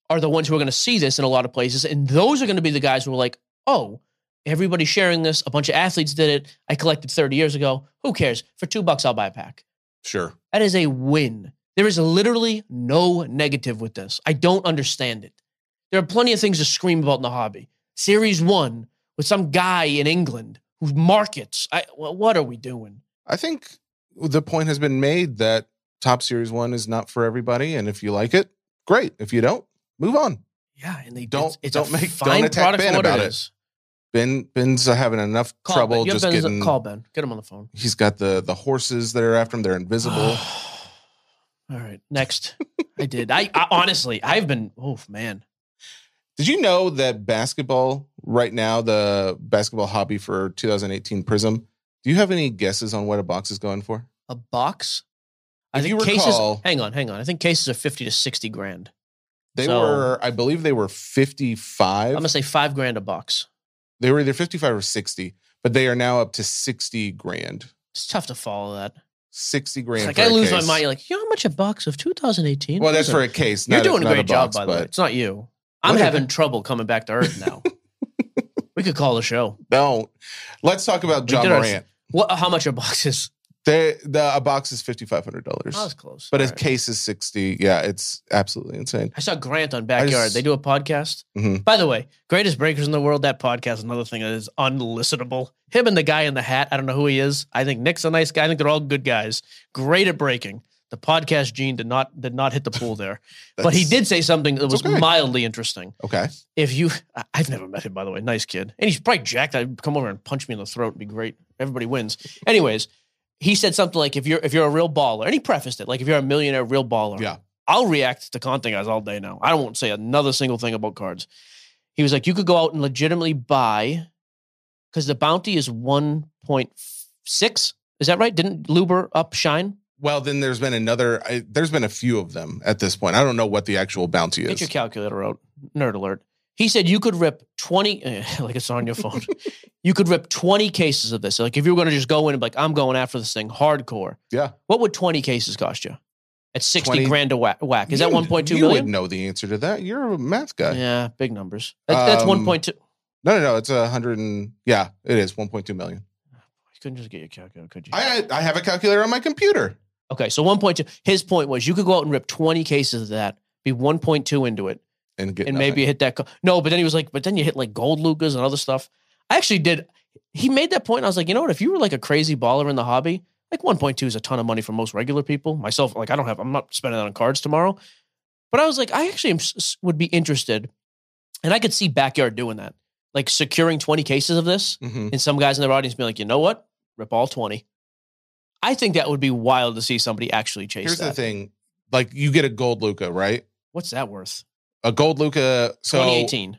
are the ones who are going to see this in a lot of places. And those are going to be the guys who are like, oh, everybody's sharing this. A bunch of athletes did it. I collected 30 years ago. Who cares? For two bucks, I'll buy a pack. Sure. That is a win. There is literally no negative with this. I don't understand it. There are plenty of things to scream about in the hobby. Series one with some guy in England who markets. I, wh- what are we doing? I think the point has been made that Top Series One is not for everybody. And if you like it, great. If you don't, move on. Yeah, and they Don't- It's, it's don't a make- fine don't attack product Ben for what about it it. is. Ben Ben's having enough Call trouble ben. You have just Ben's- getting call Ben. Get him on the phone. he's got the the horses that are after him. They're invisible. All right, next. I did. I, I honestly, I've been. Oh man, Did you know that basketball right now, the basketball hobby for 2018 Prism? Do you have any guesses on what a box is going for? A box? I If think you recall- cases. Hang on, hang on. I think cases are fifty to sixty grand. They So- were, I believe, they were 55. I'm gonna say five grand a box. they were either 55 or 60, but they are now up to 60 grand. It's tough to follow that. 60 grand. It's like for I a lose my case. mind. You're like, you know how much a box of 2018? Well, that's for a case. You're not doing a not great job, box, by the way. but- It's not you. I'm Look at having trouble coming back to earth now. we could call the show. Don't. Let's talk about We John did our- Morant. What? How much are boxes? They, the a box is fifty five hundred dollars, I was close. but All a right. case is sixty. Yeah, it's absolutely insane. I saw Grant on Backyard. just- they do a podcast. Mhm. By the way, greatest breakers in the world. That podcast, another thing that is unlistenable. Him and the guy in the hat. I don't know who he is. I think Nick's a nice guy. I think they're all good guys. Great at breaking. The podcast gene did not did not hit the pool there, but he That's- did say something that It's was okay. mildly interesting. Okay, If you, I- I've never met him by the way. Nice kid, and he's probably jacked. I'd come over and punch me in the throat. It'd be great. Everybody wins. Anyways, he said something like, "If you're if you're a real baller," and he prefaced it like, "If you're a millionaire, real baller." yeah, I'll react to content guys all day now. I won't say another single thing about cards. He was like, you could go out and legitimately buy because the bounty is 1.6. Is that right? Didn't Luber up shine? Well, then there's been another. I, there's been a few of them at this point. I don't know what the actual bounty Get your is. calculator out. Nerd alert. He said you could rip 20, eh, like it's on your phone. you could rip 20 cases of this. Like if you were going to just go in and be like, I'm going after this thing hardcore. Yeah. What would 20 cases cost you? At 60 20 grand a whack. whack. Is that You- 1.2 You would million? know the answer to that. You're a math guy. Yeah, big numbers. That- that's Um, 1.2. No, no, no. It's a hundred and yeah, it is one point two million. You couldn't just get your calculator, could you? I I I have a calculator on my computer. okay, so 1.2. His point was you could go out and rip 20 cases of that, be 1.2 into it, And, get and nothing. maybe hit that. Co- no, but then he was like, but then you hit like gold Lucas and other stuff. I actually did. He made that point. and I was like, you know what? If you were like a crazy baller in the hobby, like 1.2 is a ton of money for most regular people. Myself, like I don't have, I'm not spending that on cards tomorrow. But I was like, I actually am, s- s- would be interested. And I could see Backyard doing that, like securing 20 cases of this. Mhm. and some guys in their audience be like, you know what? Rip all 20. I think that would be wild to see somebody actually chase Here's that. the thing: like you get a gold Luca, right? What's that worth? A gold Luca. So 2018.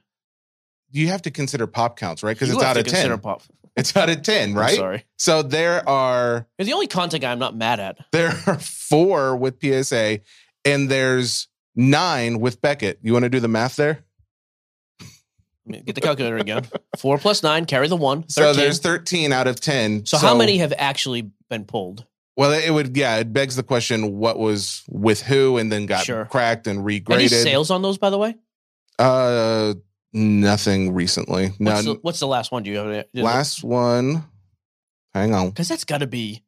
you have to consider pop counts, right? Because You it's have out to of consider ten. Pop. It's out of ten, I'm right? sorry. So there are You're the only content guy I'm not mad at. there are four with PSA, and there's nine with Beckett. You want to do the math there? I mean, Get the calculator again. Four plus nine, carry the one. 13. So there's thirteen out of ten. so how many have actually been pulled? Well, it would yeah. It begs the question: what was with who, and then got Sure. cracked and Any regraded. sales on those, by the way? Uh, nothing recently. What's, None. the, what's the last one? Do you have Last one. Hang on. Because that's got to be.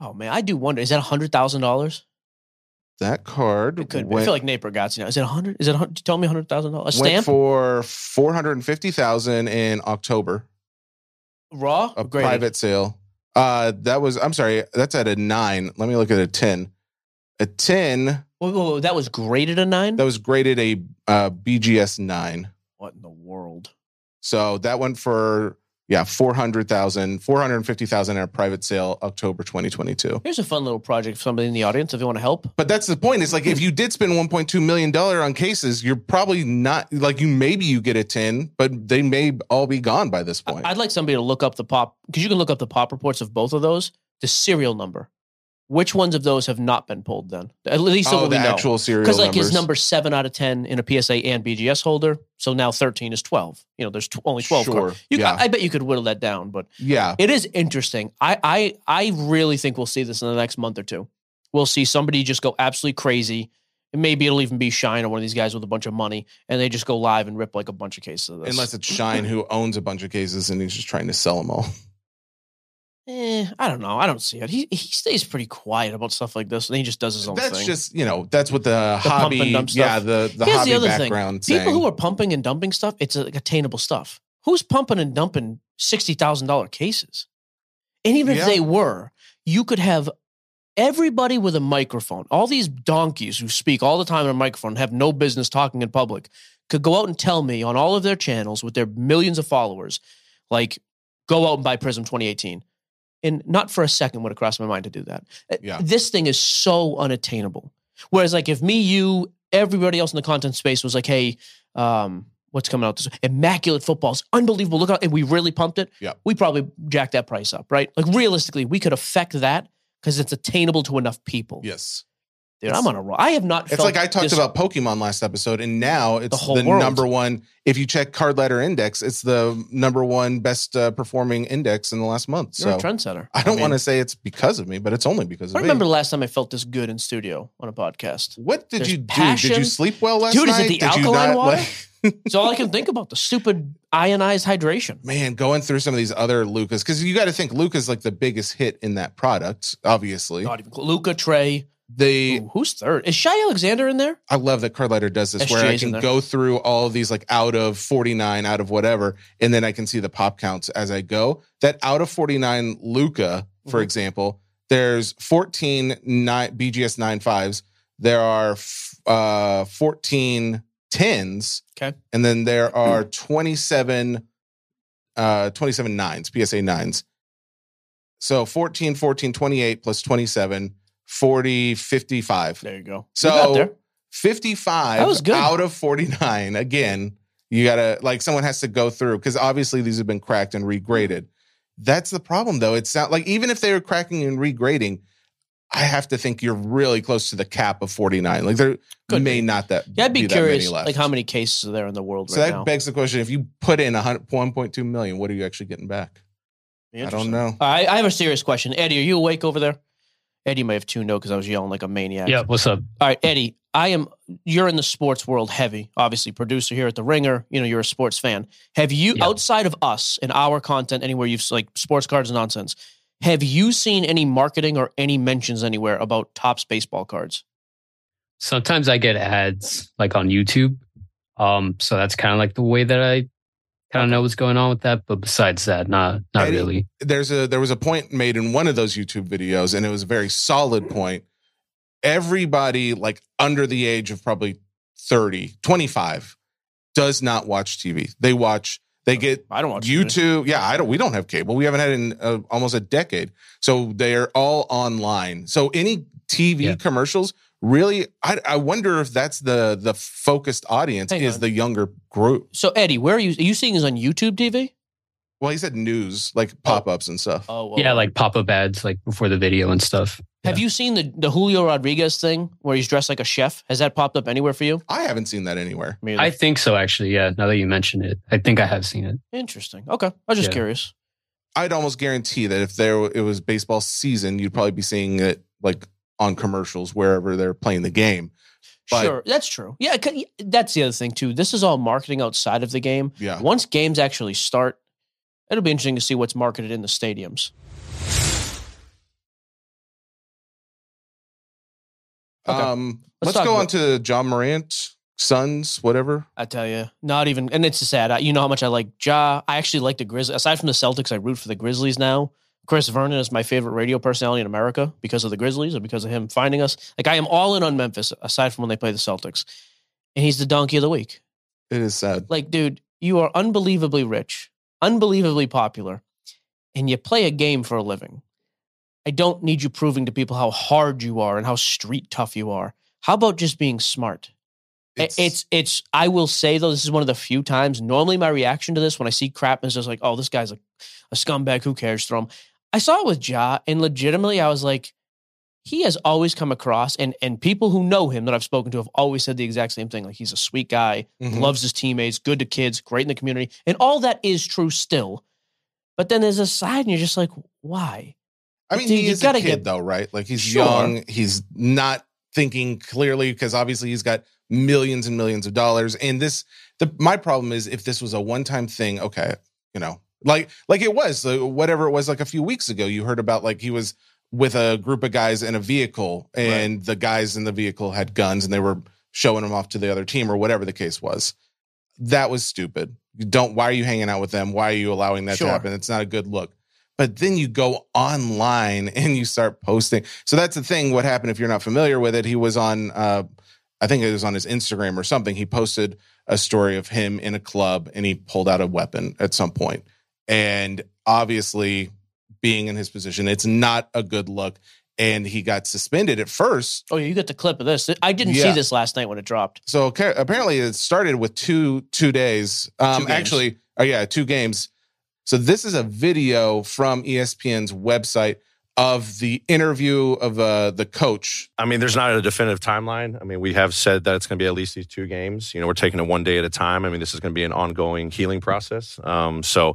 Oh man, I do wonder. Is that hundred thousand dollars? That card It could. Be. I went, feel like Napier got you know. Is it hundred? Is it? 100? Tell me hundred thousand dollars. A went stamp. for four hundred and fifty thousand in October. raw a or graded? private sale. Uh, that was. I'm sorry. That's at a nine. Let me look at a ten. A ten Whoa, whoa, whoa, that was graded a nine that was graded a uh, BGS nine. what in the world So that went for yeah four hundred thousand, four hundred fifty thousand in a private sale, October 2022. here's a fun little project for somebody in the audience if you want to help But that's the point. It's like Hmm. if you did spend 1.2 million dollar on cases, you're probably not like you. Maybe you get a ten, but they may all be gone by this point. I- i'd like somebody to look up the pop because you can look up the pop reports of both of those the serial number which ones of those have not been pulled then at least oh, what we the know actual serial because like numbers. his number seven out of ten in a psa and bgs holder so now 13 is 12 you know there's tw- only 12 Sure. cards. You- yeah. I, I bet you could whittle that down but yeah. It is interesting. I I I really think we'll see this in the next month or two. We'll see somebody just go absolutely crazy. And maybe it'll even be Shine or one of these guys with a bunch of money, and they just go live and rip like a bunch of cases of this. Unless it's Shine who owns a bunch of cases and he's just trying to sell them all. Eh, I don't know. I don't see it. He he stays pretty quiet about stuff like this, and he just does his own That's thing. just you know that's what the, pump hobby and dump stuff. yeah the the Here's the hobby other thing. background People saying. who are pumping and dumping stuff, it's like attainable stuff. Who's pumping and dumping sixty thousand dollar cases? And even Yeah. if they were, you could have everybody with a microphone. All these donkeys who speak all the time in a microphone and have no business talking in public could go out and tell me on all of their channels with their millions of followers, like go out and buy Prism 2018. And not for a second would it cross my mind to do that. Uh, Yeah. This thing is so unattainable. Whereas, like, if me, you, everybody else in the content space was like, hey, um, what's coming out this immaculate football is unbelievable. Look out, and we really pumped it. Yeah. we probably jacked that price up, right? Like realistically, we could affect that because it's attainable to enough people. Yes. Dude, I'm on a roll. I have not. It's felt like I talked this- about Pokemon last episode, and now it's the, whole world. number one. If you check card letter index, it's the number one best uh, performing index in the last month. You're So a trendsetter. I don't mean, want to say it's because of me, but it's only because I of remember me. the last time I felt this good in studio on a podcast. What did There's you do? Did passion. you sleep well last Dude, night? is it the Did you alkaline not- water? It's all I can think about. The stupid ionized hydration. man, going through some of these other Lucas because you got to think Luca's like the biggest hit in that product. Obviously, Not even Luca Trey. the Ooh, who's third? Is Shy Alexander in there? I love that card letter does this SGA's where I in can there. go through all these like out of 49, out of whatever, and then I can see the pop counts as I go. That out of 49 Luca, for Mhm. example, there's 14 nine, BGS 9 fives. There are f- uh, 14 tens. Okay. And then there are 27, uh, 27 nines, PSA nines. So 14, 14, 28 plus 27, 40, 55. There you go. So- You got there. 55 That was good. out of 49 again you gotta like someone has to go through because obviously these have been cracked and regraded that's the problem though it's not like even if they were cracking and regrading i have to think you're really close to the cap of 49 like there Could may be. not that Yeah, I'd be, that many curious, left. like how many cases are there in the world so right that now? begs the question if you put in 100 1.2 million what are you actually getting back Be i don't interesting. know I, I have a serious question, Eddie. Are you awake over there? Eddie may have tuned out because I was yelling like a maniac. Yeah, what's up? All right, Eddie. I am. You're in the sports world heavy, obviously. Producer here at the Ringer. You know, you're a sports fan. Have you, Yeah. outside of us and our content, anywhere you've like sports cards and nonsense? Have you seen any marketing or any mentions anywhere about tops baseball cards? Sometimes I get ads like on YouTube. Um, so that's kind of like the way that I kind of know what's going on with that. But besides that, not not Eddie? really. there's a there was a point made in one of those YouTube videos, and it was a very solid point. Everybody like under the age of probably 30, 25 does not watch TV. They watch they get I don't watch TV. YouTube. Yeah, I don't we don't have cable. We haven't had it in uh, almost a decade. So they're all online. So any TV Yeah. commercials really I, I wonder if that's the the focused audience Hang is on. the younger group. So, Eddie, where are you? Are you seeing this on YouTube TV? Well, he said news, like pop-ups and stuff. Oh, Yeah, like pop up ads like before the video and stuff. Have you seen the, the Julio Rodriguez thing where he's dressed like a chef? Has that popped up anywhere for you? I haven't seen that anywhere. Maybe I think so, actually. Yeah, now that you mention it, I think I have seen it. Interesting. Okay. I was just Yeah. curious. I'd almost guarantee that if there it was baseball season, you'd probably be seeing it like on commercials wherever they're playing the game. But- sure. That's true. Yeah. it could- That's the other thing, too. This is all marketing outside of the game. Yeah. Once games actually start, it'll be interesting to see what's marketed in the stadiums. Okay. Um, Let's let's, talk go about- on to John Morant, Suns, whatever. I tell you, not even, and it's sad. I, you know how much I like Ja. I actually like the Grizzlies. Aside from the Celtics, I root for the Grizzlies now. Chris Vernon is my favorite radio personality in America because of the Grizzlies and because of him finding us. Like I am all in on Memphis, aside from when they play the Celtics, and he's the donkey of the week. It is sad. Like, dude, you are unbelievably rich, unbelievably popular, and you play a game for a living. I don't need you proving to people how hard you are and how street tough you are. How about just being smart? It's, it's it's I will say though this is one of the few times normally my reaction to this when I see crap is just like oh this guy's a, a scumbag who cares throw him I saw it with Ja and legitimately I was like he has always come across and and people who know him that I've spoken to have always said the exact same thing like he's a sweet guy Mhm. loves his teammates, good to kids, great in the community, and all that is true still. But then there's a side, and you're just like, why? I mean, dude, he you is a gotta kid get- though, right? Like he's Sure. young. He's not thinking clearly because obviously he's got millions and millions of dollars. And this, the my problem is if this was a one time thing, okay, you know, like like it was uh, whatever it was like a few weeks ago. You heard about like he was with a group of guys in a vehicle, and the guys in the vehicle had guns, and they were showing them off to the other team or whatever the case was. That was stupid. You don't. Why are you hanging out with them? Why are you allowing that Sure. to happen? It's not a good look but then you go online and you start posting. So that's the thing. What happened if you're not familiar with it? He was on, uh, I think it was on his Instagram or something. He posted a story of him in a club and he pulled out a weapon at some point. And obviously, being in his position, it's not a good look. and he got suspended at first. Oh, yeah, you got the clip of this. I didn't see Yeah. this last night when it dropped. So ca- apparently, it started with two two days. Um, Two games. actually, oh yeah, two games. So this is a video from E ESPN's website of the interview of uh, the coach. I mean, there's not a definitive timeline. I mean, we have said that it's going to be at least these two games. You know, we're taking it one day at a time. I mean, this is going to be an ongoing healing process. Um, so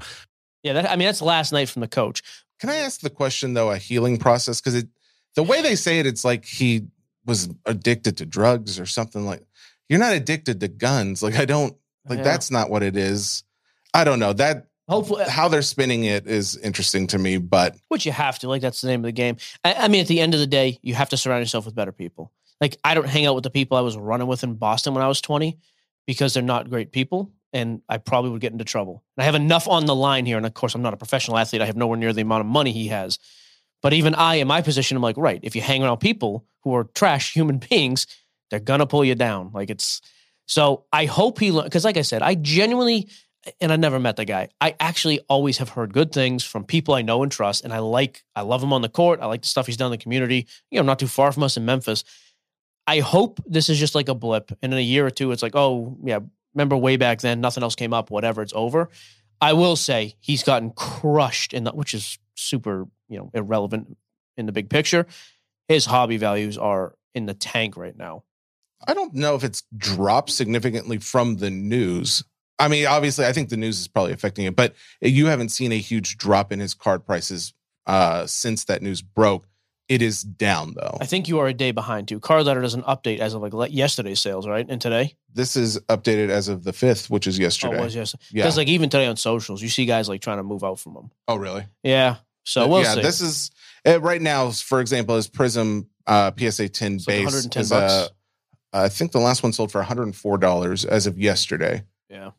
Yeah, that, I mean that's last night from the coach. Can I ask the question though? A healing process because it the way they say it, it's like he was addicted to drugs or something like. You're not addicted to guns. Like I don't like Yeah. that's not what it is. I don't know that Hopefully, uh how they're spinning it is interesting to me, but which you have to like. That's the name of the game. I, I mean, at the end of the day, you have to surround yourself with better people. Like I don't hang out with the people I was running with in Boston when I was twenty because they're not great people, and I probably would get into trouble. And I have enough on the line here, and of course, I'm not a professional athlete. I have nowhere near the amount of money he has. But even I, in my position, I'm like, right. If you hang around people who are trash human beings, they're gonna pull you down. Like it's so. I hope he because, like I said, I genuinely and I never met the guy. I actually always have heard good things from people I know and trust, and I like. I love him on the court. I like the stuff he's done in the community. You know, not too far from us in Memphis. I hope this is just like a blip, and in a year or two, it's like, oh yeah, remember way back then, nothing else came up. Whatever, it's over. I will say he's gotten crushed in the, which is super, you know, irrelevant in the big picture. His hobby values are in the tank right now. I don't know if it's dropped significantly from the news. I mean, obviously, I think the news is probably affecting it, but you haven't seen a huge drop in his card prices uh, since that news broke. It is down though. I think you are a day behind too. Card letter doesn't update as of like le- yesterday's sales, right? And today, This is updated as of the fifth, which is yesterday. oh, it was yesterday. yeah. Because like even today on socials, you see guys like trying to move out from them. oh, really? Yeah. So we'll yeah, see. this is uh, right now. For example, is Prism uh, PSA ten It's like base 110 is, bucks. uh, I think the last one sold for one hundred and four dollars as of yesterday. yeah.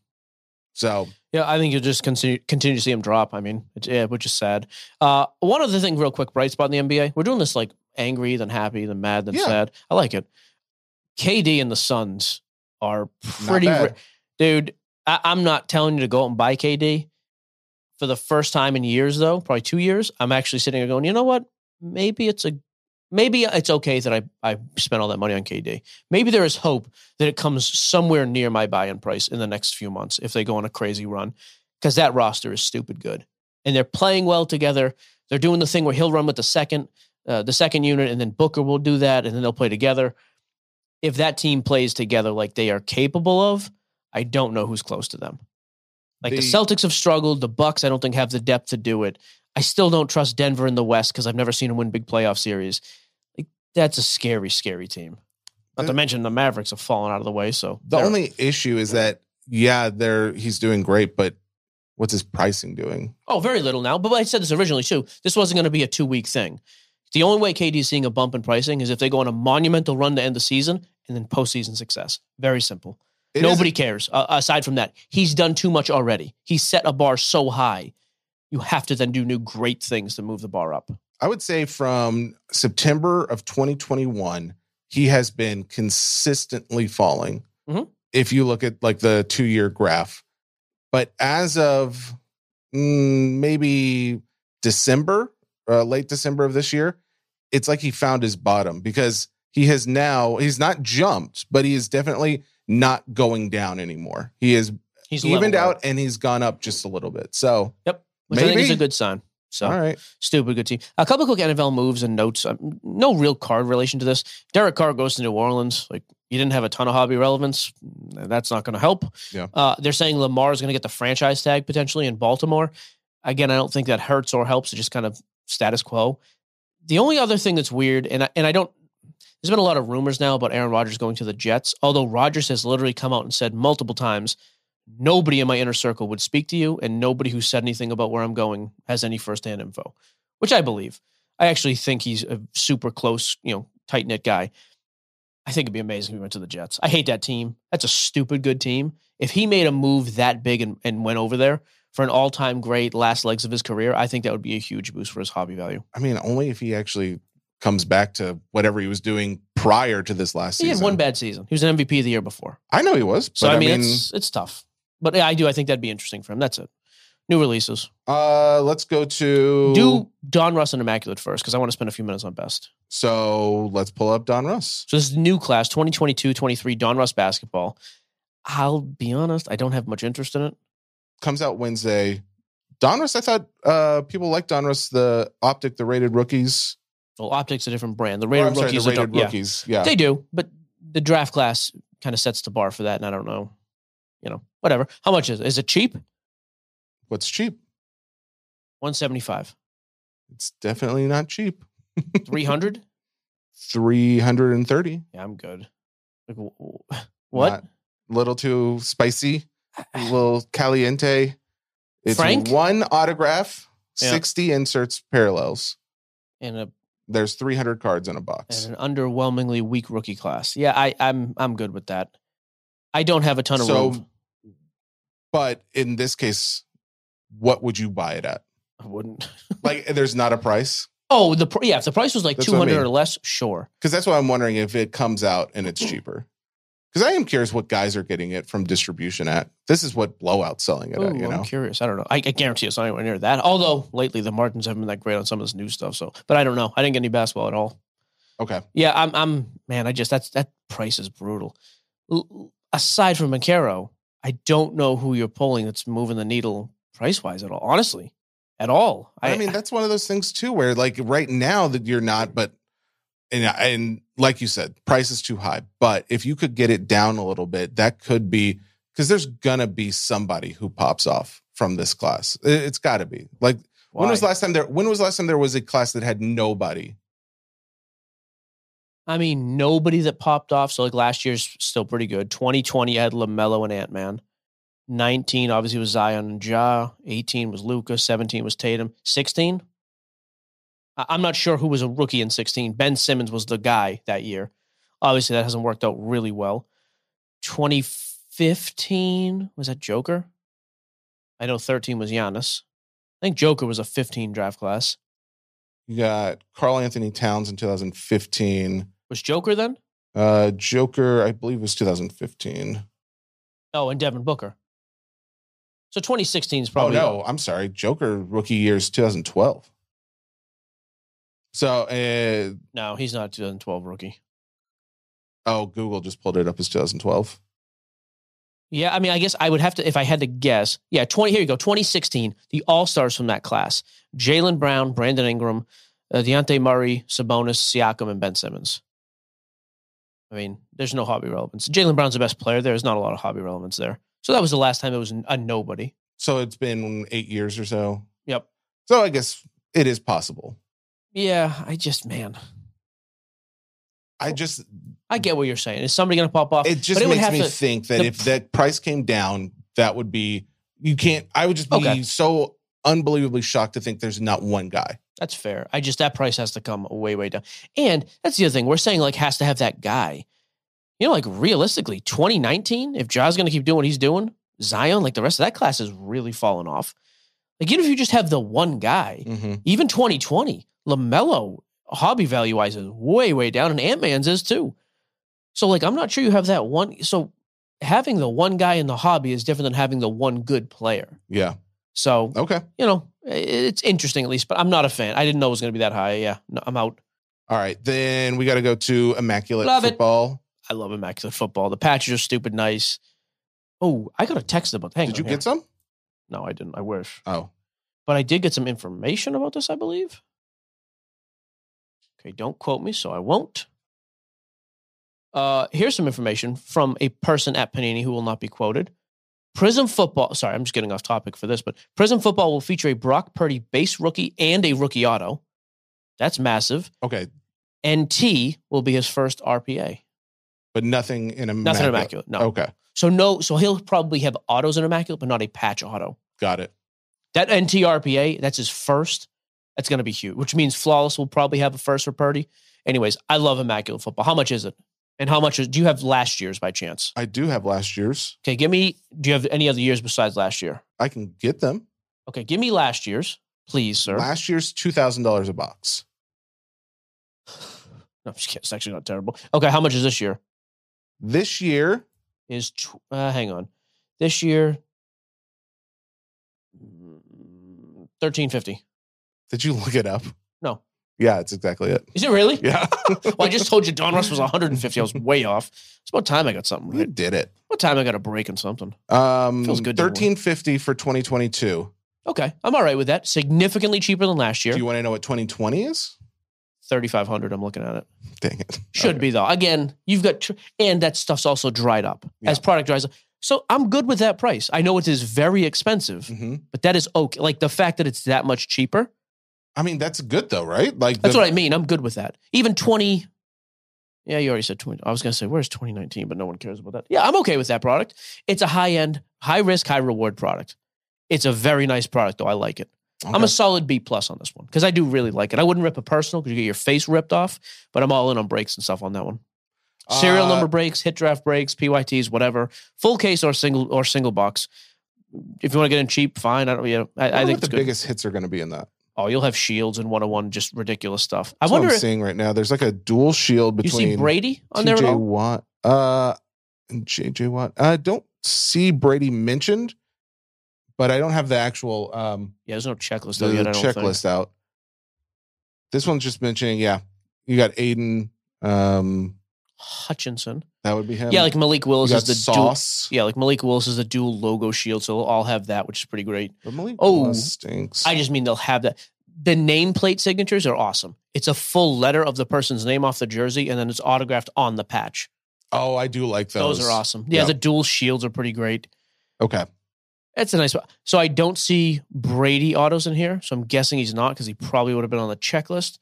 So Yeah, I think you'll just continue continue to see him drop. I mean, it's, yeah, which is sad. Uh, one other thing, real quick, bright spot in the NBA. We're doing this like angry, then happy, then mad, then Yeah. sad. I like it. KD and the Suns are pretty, bad. ri- dude. I, I'm not telling you to go out and buy KD. For the first time in years, though, probably two years, I'm actually sitting here going, you know what? Maybe it's a, maybe it's okay that I I spent all that money on KD. Maybe there is hope that it comes somewhere near my buy-in price in the next few months if they go on a crazy run because that roster is stupid good and they're playing well together they're doing the thing where he'll run with the second uh, the second unit and then booker will do that and then they'll play together if that team plays together like they are capable of i don't know who's close to them like the, The- celtics have struggled the bucks i don't think have the depth to do it i still don't trust denver in the west because i've never seen them win big playoff series like that's a scary scary team not to The- mention the Mavericks have fallen out of the way. So The they're- only issue is that yeah, they're he's doing great, but what's his pricing doing? oh, very little now. But I said this originally too. This wasn't going to be a two week thing. The only way KD is seeing a bump in pricing is if they go on a monumental run to end the season and then postseason success. Very simple. It is- Nobody cares uh, aside from that. He's done too much already. He set a bar so high. You have to then do new great things to move the bar up. I would say from September of 2021, he has been consistently falling. Mhm. If you look at like the two year graph, but as of mm, maybe December, uh, late December of this year, it's like he found his bottom because he has now he's not jumped, but he is definitely not going down anymore. He is He's leveled evened out up, and he's gone up just a little bit. So, which I think is a maybe. good sign. So all right. Stupid good team. A couple quick NFL moves and notes. Um, no real card relation to this. Derek Carr goes to New Orleans. Like you didn't have a ton of hobby relevance. That's not going to help. Yeah. Uh, they're saying Lamar is going to get the franchise tag potentially in Baltimore. Again, I don't think that hurts or helps. It's just kind of status quo. The only other thing that's weird, and I, and I don't. There's been a lot of rumors now about Aaron Rodgers going to the Jets. Although Rodgers has literally come out and said multiple times, nobody in my inner circle would speak to you, and nobody who said anything about where I'm going has any firsthand info which I believe. I actually think he's a super close, you know, tight knit guy. I think it'd be amazing if he went to the Jets. I hate that team. That's a stupid good team. If he made a move that big and, and went over there for an all time great last legs of his career, I think that would be a huge boost for his hobby value. I mean, only if he actually comes back to whatever he was doing prior to this last He season. had one bad season. He was an MVP the year before. I know he was, So but I mean, it's it's tough. But I do. I think that'd be interesting for him. That's it. New releases. Uh, let's go to Do Don Russ and Immaculate first because I want to spend a few minutes on best. So let's pull up Don Russ. So this is new class 2022 23 Don Russ basketball. I'll be honest, I don't have much interest in it. Comes out Wednesday. Don Russ, I thought uh, people like Don Russ, the optic, the rated rookies. Well, Optic's a different brand. The Or, Rated Oh, I'm sorry, Rookies, the are rated don't- yeah. rookies. Yeah. They do, but the draft class kind of sets the bar for that. And I don't know, you know, whatever. How much is it? Is it cheap? What's cheap? 175, It's definitely not cheap. 300? 330. yeah, I'm good. Like, w- w- what? Little too spicy. Little caliente. It's Frank? one autograph, Yeah. 60 inserts parallels. in a There's 300 cards in a box. in an underwhelmingly weak rookie class. Yeah, I, I'm I'm good with that. I don't have a ton of So- room. But in this case, what would you buy it at? I wouldn't. Like, there's not a price. Oh, the pr- yeah. If the price was like That's two what I hundred mean. or less, sure. Because that's why I'm wondering if it comes out and it's cheaper. Because I am curious what guys are getting it from distribution at. This is what blowout selling it Ooh, at, uh, you know? I'm curious. I don't know. I, I guarantee it's not anywhere near that. Although lately the margins haven't been that great on some of this new stuff. So, but I don't know. I didn't get any basketball at all. Okay. Yeah, I'm. I'm. Man, I just that's that price is brutal. L- aside from Macaro, I don't know who you're pulling that's moving the needle price wise at all. Honestly, at all. I, mean, that's one of those things too, where like right now that you're not, but and uh, and like you said, price is too high. But if you could get it down a little bit, that could be because there's gonna be somebody who pops off from this class. It- It's got to be like when was the why? last time there? When was the last time there was a class that had nobody? I mean, nobody that popped off. So like last year's still pretty good. 2020 had Lamelo and Ant Man. 19 obviously was Zion and Ja. 18 was Luca. 17 was Tatum. 16. I- I'm not sure who was a rookie in 16. Ben Simmons was the guy that year. Obviously, that hasn't worked out really well. 2015 was that Joker. I know 13 was Giannis. I think Joker was a 15 draft class. You got Carl Anthony Towns in 2015. Was Joker then? Uh, Joker, I believe, was 2015. Oh, and Devin Booker. So 2016 is probably. oh no, I'm sorry. Joker rookie years 2012. So uh, No, he's not a 2012 rookie. Oh, Google just pulled it up as 2012. Yeah, I mean, I guess I would have to, if I had to guess. Yeah, 20, here you go. 2016, the All Stars from that class Jalen Brown, Brandon Ingram, uh, Deontay Murray, Sabonis, Siakam, and Ben Simmons. I mean, there's no hobby relevance. Jalen Brown's the best player. There's not a lot of hobby relevance there. So that was the last time it was a nobody. So it's been eight years or so. Yep. So I guess it is possible. Yeah, I just, man, I just, I get what you're saying. Is somebody going to pop off? it just But would makes have me to- think that the- if that price came down, that would be, you can't, I would just be Okay. so unbelievably shocked to think there's not one guy. That's fair. I just that price has to come way way down. And that's the other thing we're saying like has to have that guy. You know, like realistically, 2019, if Ja's going to keep doing what he's doing, Zion, like the rest of that class, is really falling off. Like even if you just have the one guy, Mm-hmm. even 2020, Lamelo hobby value wise is way way down, and Ant Man's is too. So like I'm not sure you have that one. So having the one guy in the hobby is different than having the one good player. Yeah. So Okay. you know, i- it's interesting at least, but I'm not a fan. I didn't know it was going to be that high. Yeah, no, I'm out. All right. Then we got to go to Immaculate Love it. Football. I love immaculate football. The patches are stupid nice. Oh, I got a text about. Hang Did on you here. get some? No, I didn't. I wish, Oh, but I did get some information about this. I believe. Okay, don't quote me, so I won't. Uh, here's some information from a person at Panini who will not be quoted. Prism football. Sorry, I'm just getting off topic for this, but Prism football will feature a Brock Purdy base rookie and a rookie auto. That's massive. okay. NT will be his first RPA. But nothing in Immaculate. Nothing immaculate. No. Okay. So no. So he'll probably have autos in immaculate, but not a patch auto. Got it. That NT RPA. That's his first. That's going to be huge. Which means flawless will probably have a first for Purdy. Anyways, I love immaculate football. How much is it? And how much is, do you have last year's by chance? I do have last year's. Okay, give me. Do you have any other years besides last year? I can get them. Okay, give me last year's, please, sir. Last year's $2,000 a box. no, I'm just kidding. It's actually not terrible. Okay, how much is this year? this year is tw- uh, hang on this year Mm, Thirteen fifty. Did you look it up? No. Yeah, it's exactly it. Is it really? Yeah. Well, I just told you Don Russ was 150. I was way off. It's about time I got something you right. did it. What time I got a break in something? Um, Feels good to work. 1350 for 2022. Okay, I'm all right with that. Significantly cheaper than last year. Do you want to know what 2020 is? 3,500. I'm looking at it. Dang it. Should Okay. be though. Again, you've got tr- and that stuff's also dried up as product dries up. So I'm good with that price. I know it is very expensive, Mhm. but that is okay. Like the fact that it's that much cheaper. I mean, that's good though, right? Like That's the- what I mean. I'm good with that. Even 20. Yeah, you already said 20. I was going to say, where's 2019? But no one cares about that. Yeah, I'm okay with that product. It's a high end, high risk, high reward product. It's a very nice product, though. I like it. I'm Okay. a solid B plus on this one because I do really like it. I wouldn't rip a personal because you get your face ripped off, but I'm all in on breaks and stuff on that one. Serial Uh, number breaks, hit draft breaks, PYTs, whatever, full case or single or single box. If you want to get in cheap, fine. I don't. Yeah, I, I, I wonder think what it's the good. biggest hits are going to be in that. oh, you'll have shields and 101, just ridiculous stuff. I That's wonder. what I'm If, seeing right now. There's like a dual shield you between see Brady on there at TJ all? Watt uh, and JJ Watt. I don't see Brady mentioned, but I don't have the actual um, Yeah, there's no checklist though the yet. I don't checklist out. This one's just mentioning, yeah, you got Aiden. Um, think. Hutchinson. that would be him. yeah, like Malik you Willis got is the dual. sauce. Yeah, like Malik Willis is the dual logo shield, so they'll all have that, which is pretty great. But Malik Oh. Willis stinks. I just mean they'll have that. The nameplate signatures are awesome. It's a full letter of the person's name off the jersey, and then it's autographed on the patch. oh, I do like Those, those. are awesome. Yeah, Yeah. the dual shields are pretty great. Okay, That's a nice one. So I don't see Brady autos in here, so I'm guessing he's not because he probably would have been on the checklist.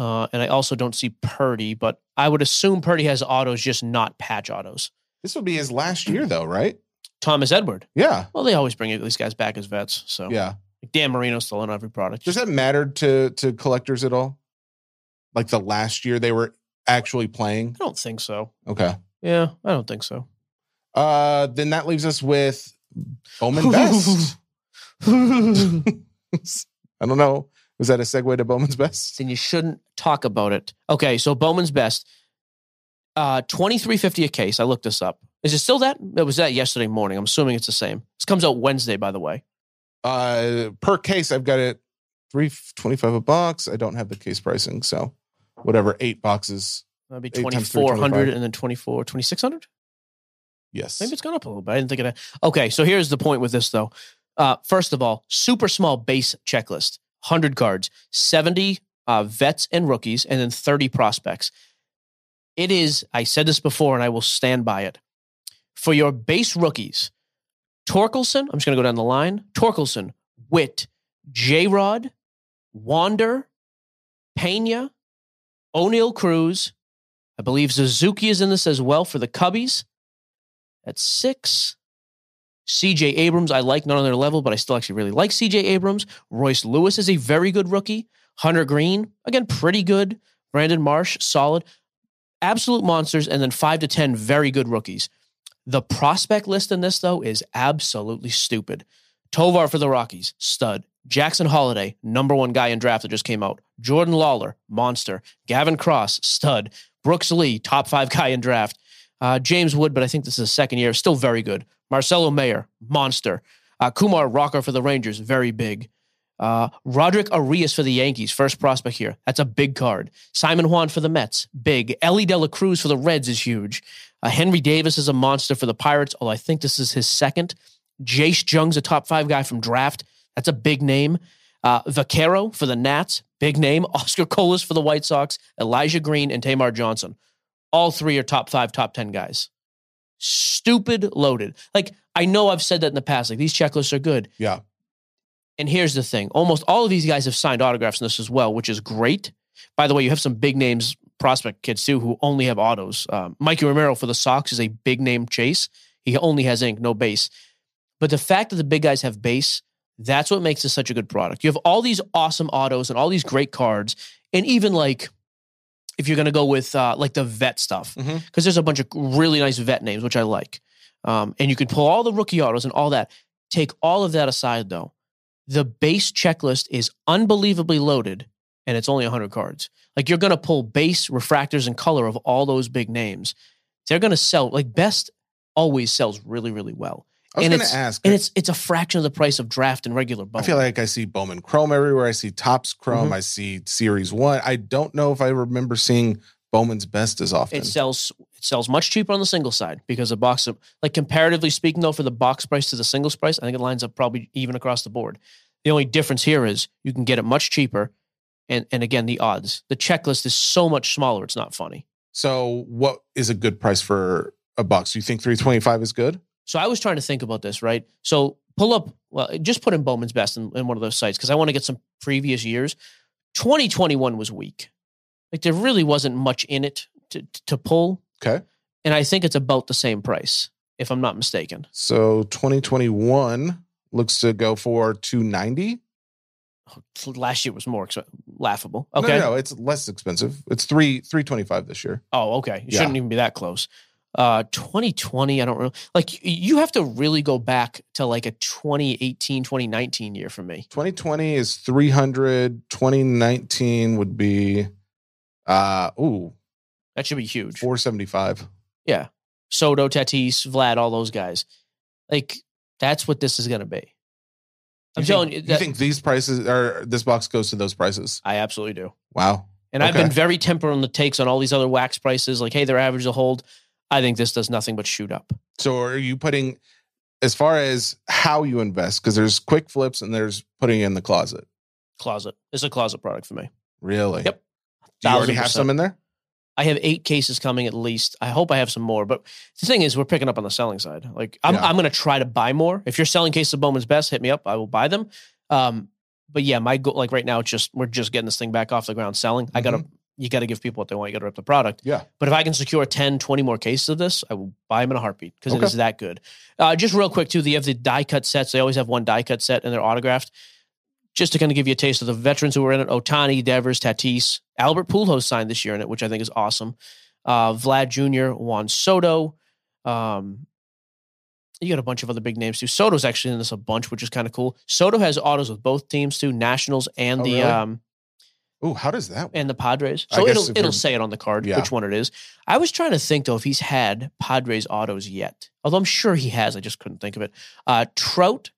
Uh, and I also don't see Purdy, but I would assume Purdy has autos, just not patch autos. this would be his last year though, right? Thomas Edward. Yeah, Well, they always bring these guys back as vets. So yeah. Dan Marino's still in every product. Does that matter to to collectors at all? Like the last year they were actually playing. I don't think so. Okay. Yeah, I don't think so. Uh, then that leaves us with Bowman Best. then I don't know. Was that a segue to Bowman's Best? you shouldn't talk about it. Okay, so Bowman's best. Uh twenty three fifty a case. I looked this up. Is it still that? It was that yesterday morning. I'm assuming it's the same. This comes out Wednesday, by the way. Uh, per case, I've got it three twenty five a box. I don't have the case pricing, so whatever. Eight boxes. That'd be Eight times twenty three, four hundred 25. and then 24, 2600? Yes. Maybe it's gone up a little bit. I didn't think of that. Okay, so here's the point with this though. Uh, first of all, super small base checklist, 100 cards, 70 uh, vets and rookies, and then 30 prospects. It is, I said this before and I will stand by it. For your base rookies, Torkelson, I'm just going to go down the line Torkelson, Witt, J Rod, Wander, Pena, O'Neill Cruz. I believe Suzuki is in this as well for the Cubbies at six. CJ Abrams, I like not on their level, but I still actually really like CJ Abrams. Royce Lewis is a very good rookie. Hunter Green, again, pretty good. Brandon Marsh, solid. Absolute monsters, and then five to 10 very good rookies. The prospect list in this, though, is absolutely stupid. Tovar for the Rockies, stud. Jackson Holiday, number one guy in draft that just came out. Jordan Lawler, monster. Gavin Cross, stud. Brooks Lee, top five guy in draft. Uh, James Wood, but I think this is the second year, still very good. Marcelo Mayer, monster. Uh, Kumar Rocker for the Rangers, very big. Uh, Roderick Arias for the Yankees, first prospect here. That's a big card. Simon Juan for the Mets, big. Ellie De La Cruz for the Reds is huge. Uh, Henry Davis is a monster for the Pirates, although I think this is his second. Jace Jung's a top five guy from draft. That's a big name. Uh, Vaquero for the Nats, big name. Oscar Colas for the White Sox, Elijah Green, and Tamar Johnson all three are top five, top 10 guys. Stupid loaded. Like, I know I've said that in the past. Like, these checklists are good. Yeah. And here's the thing almost all of these guys have signed autographs in this as well, which is great. By the way, you have some big names, prospect kids too, who only have autos. Um, Mikey Romero for the Sox is a big name chase. He only has ink, no base. But the fact that the big guys have base, that's what makes this such a good product. You have all these awesome autos and all these great cards. And even like, if you're going to go with uh, like the vet stuff, because Mhm. there's a bunch of really nice vet names, which I like. Um, and you can pull all the rookie autos and all that. Take all of that aside, though. The base checklist is unbelievably loaded and it's only 100 cards. Like you're going to pull base, refractors, and color of all those big names. They're going to sell, like, best always sells really, really well. I was And going it's- to ask. and it's it's a fraction of the price of draft and regular I bone. feel like I see Bowman Chrome everywhere. I see Topps Chrome. Mm-hmm. I see Series One. I don't know if I remember seeing Bowman's Best as often. it sells it sells much cheaper on the single side because the box of like comparatively speaking though for the box price to the singles price, I think it lines up probably even across the board. The only difference here is you can get it much cheaper, and and again the odds. The checklist is so much smaller; it's not funny. so, what is a good price for a box? You think three twenty five is good? So I was trying to think about this, right? So pull up, well, just put in Bowman's Best in, in one of those sites because I want to get some previous years. 2021 was weak. Like there really wasn't much in it to, to pull. Okay. And I think it's about the same price, if I'm not mistaken. So, twenty twenty one looks to go for two ninety. Last year was more expe- laughable. Okay. No, no, it's less expensive. It's three three twenty five this year. Oh, okay. It Yeah. shouldn't even be that close. Uh, 2020, I don't really like y- you have to really go back to like a 2018, 2019 year for me. Twenty twenty is three hundred. Twenty nineteen would be, uh, ooh, That should be huge. four seventy five. Soto, Tatis, Vlad, all those guys. Like that's what this is going to be. I'm You telling think- you, you that, think these prices are this box goes to those prices? I absolutely do. Wow. And I've Okay. been very tempered on the takes on all these other wax prices. Like, hey, their average to hold. I think this does nothing but shoot up. So are you putting as far as how you invest? Because there's quick flips and there's putting in the closet. Closet. It's a closet product for me. Really? Yep. Do you already 1000%. have some in there? I have eight cases coming at least. I hope I have some more. But the thing is, we're picking up on the selling side. Like I'm, Yeah. I'm going to try to buy more. If you're selling cases of Bowman's Best, hit me up. I will buy them. Um, but yeah, my goal, like right now, it's just we're just getting this thing back off the ground selling. I gotta, you gotta give people what they want. You gotta rip the product. Mm-hmm. Yeah. But if I can secure 10, 20 more cases of this, I will buy them in a heartbeat because Okay. it is that good. Uh, just real quick too, they have the die cut sets. They always have one die cut set and they're autographed. Just to kind of give you a taste of the veterans who were in it: Otani, Devers, Tatis, Albert Pujols signed this year in it, which I think is awesome. Uh, Vlad Jr., Juan Soto. Um, you got a bunch of other big names too. Soto's actually in this a bunch, which is kind of cool. Soto has autos with both teams too, Nationals and Oh, the really? um, Ooh, how does that work? and the Padres. I So guess it'll if it'll you're- say it on the card Yeah. which one it is. I was trying to think though if he's had Padres autos yet. Although I'm sure he has, I just couldn't think of it. Uh, Trout,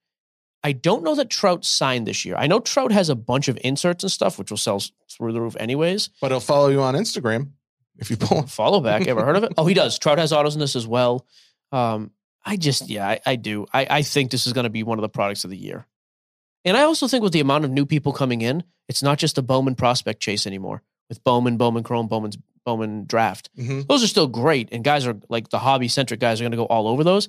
I don't know that Trout signed this year. I know Trout has a bunch of inserts and stuff, which will sell s- through the roof anyways. But it'll follow you on Instagram if you pull. Follow back, ever heard of it? Oh, he does. Trout has autos in this as well. Um, I just, yeah, I, I do. I, I think this is going to be one of the products of the year. And I also think with the amount of new people coming in, it's not just the Bowman prospect chase anymore. With Bowman, Bowman Chrome, Bowman's Bowman draft, Mhm. those are still great, and guys are like the hobby centric guys are going to go all over those.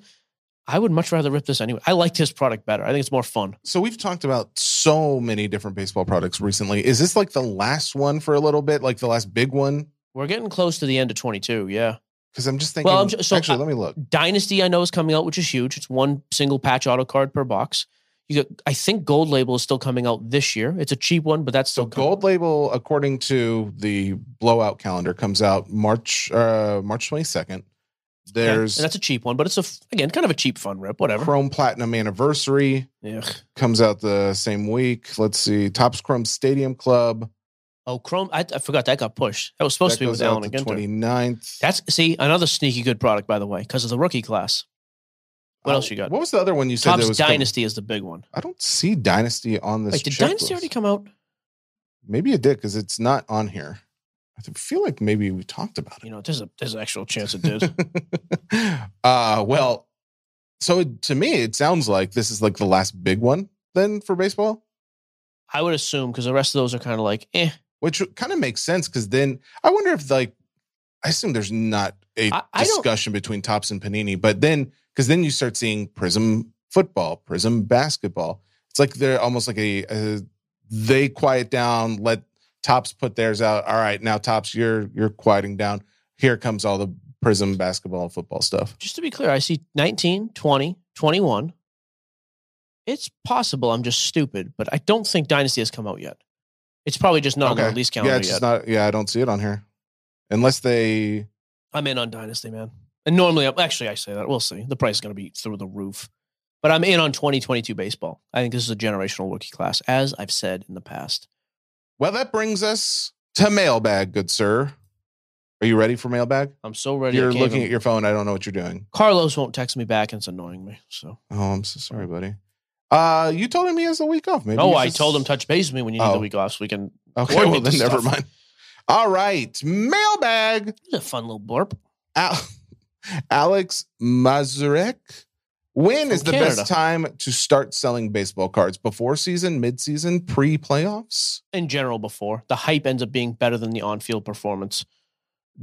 I would much rather rip this anyway. I liked his product better. I think it's more fun. So we've talked about so many different baseball products recently. Is this like the last one for a little bit? Like the last big one? We're getting close to the end of twenty two. Yeah, Because I'm just thinking. Well, I'm ju- so actually, I- let me look. Dynasty, I know, is coming out, which is huge. It's one single patch auto card per box. You got, I think Gold Label is still coming out this year. It's a cheap one, but that's So still gold label, according to the blowout calendar, comes out March uh March twenty second. Yeah, and There's that's a cheap one, but it's a f- again kind of a cheap fun rip. Whatever. Chrome Platinum Anniversary Ugh. comes out the same week. Let's see, Topps Chrome Stadium Club Oh, Chrome. I, I forgot that got pushed. That was supposed that to be with goes Alan out the again. 29th. That's see another sneaky good product by the way because of the rookie class. What else you got? What was the other one you said? that Topps was com- Dynasty is the big one. I don't see Dynasty on this. Wait, did checklist. Dynasty already come out? Maybe it did because it's not on here. I th- feel like maybe we talked about it. You know, there's a there's an actual chance it did. uh well, so it, to me, it sounds like this is like the last big one then for baseball, I would assume because the rest of those are kind of like eh. which kind of makes sense because then I wonder if like I assume there's not a I- I don't- discussion between Tops and Panini, but then because then you start seeing Prism football, Prism basketball. It's like they're almost like a, a they quiet down, let Tops put theirs out. All right, now Tops, you're you're quieting down. Here comes all the Prism basketball and football stuff. just to be clear, I see 19, 20, 21. It's possible I'm just stupid, but I don't think Dynasty has come out yet. It's probably just not on the release calendar yeah, it's yet. just not. Yeah, I don't see it on here, unless they. I'm in on Dynasty, man. And normally, I'm, actually, I say that. We'll see. The price is going to be through the roof. But I'm in on 2022 baseball. I think this is a generational rookie class, as I've said in the past. Well, that brings us to mailbag, good sir. Are you ready for mailbag? I'm so ready. I you're can't looking even- at your phone. I don't know what you're doing. Carlos won't text me back, and it's annoying me. So. Oh, I'm so sorry, buddy. Uh, you told him he has the week off. Maybe oh, he's I just- told him touch base with me when you need Oh. the week off, so we can. Okay, Coordinate well the then, never stuff. mind. All right, mailbag. This is a fun little blurb. Al- Alex Mazurek. When From is the Canada. best time to start selling baseball cards? Before season, mid season, pre playoffs? In general, before the hype ends up being better than the on-field performance.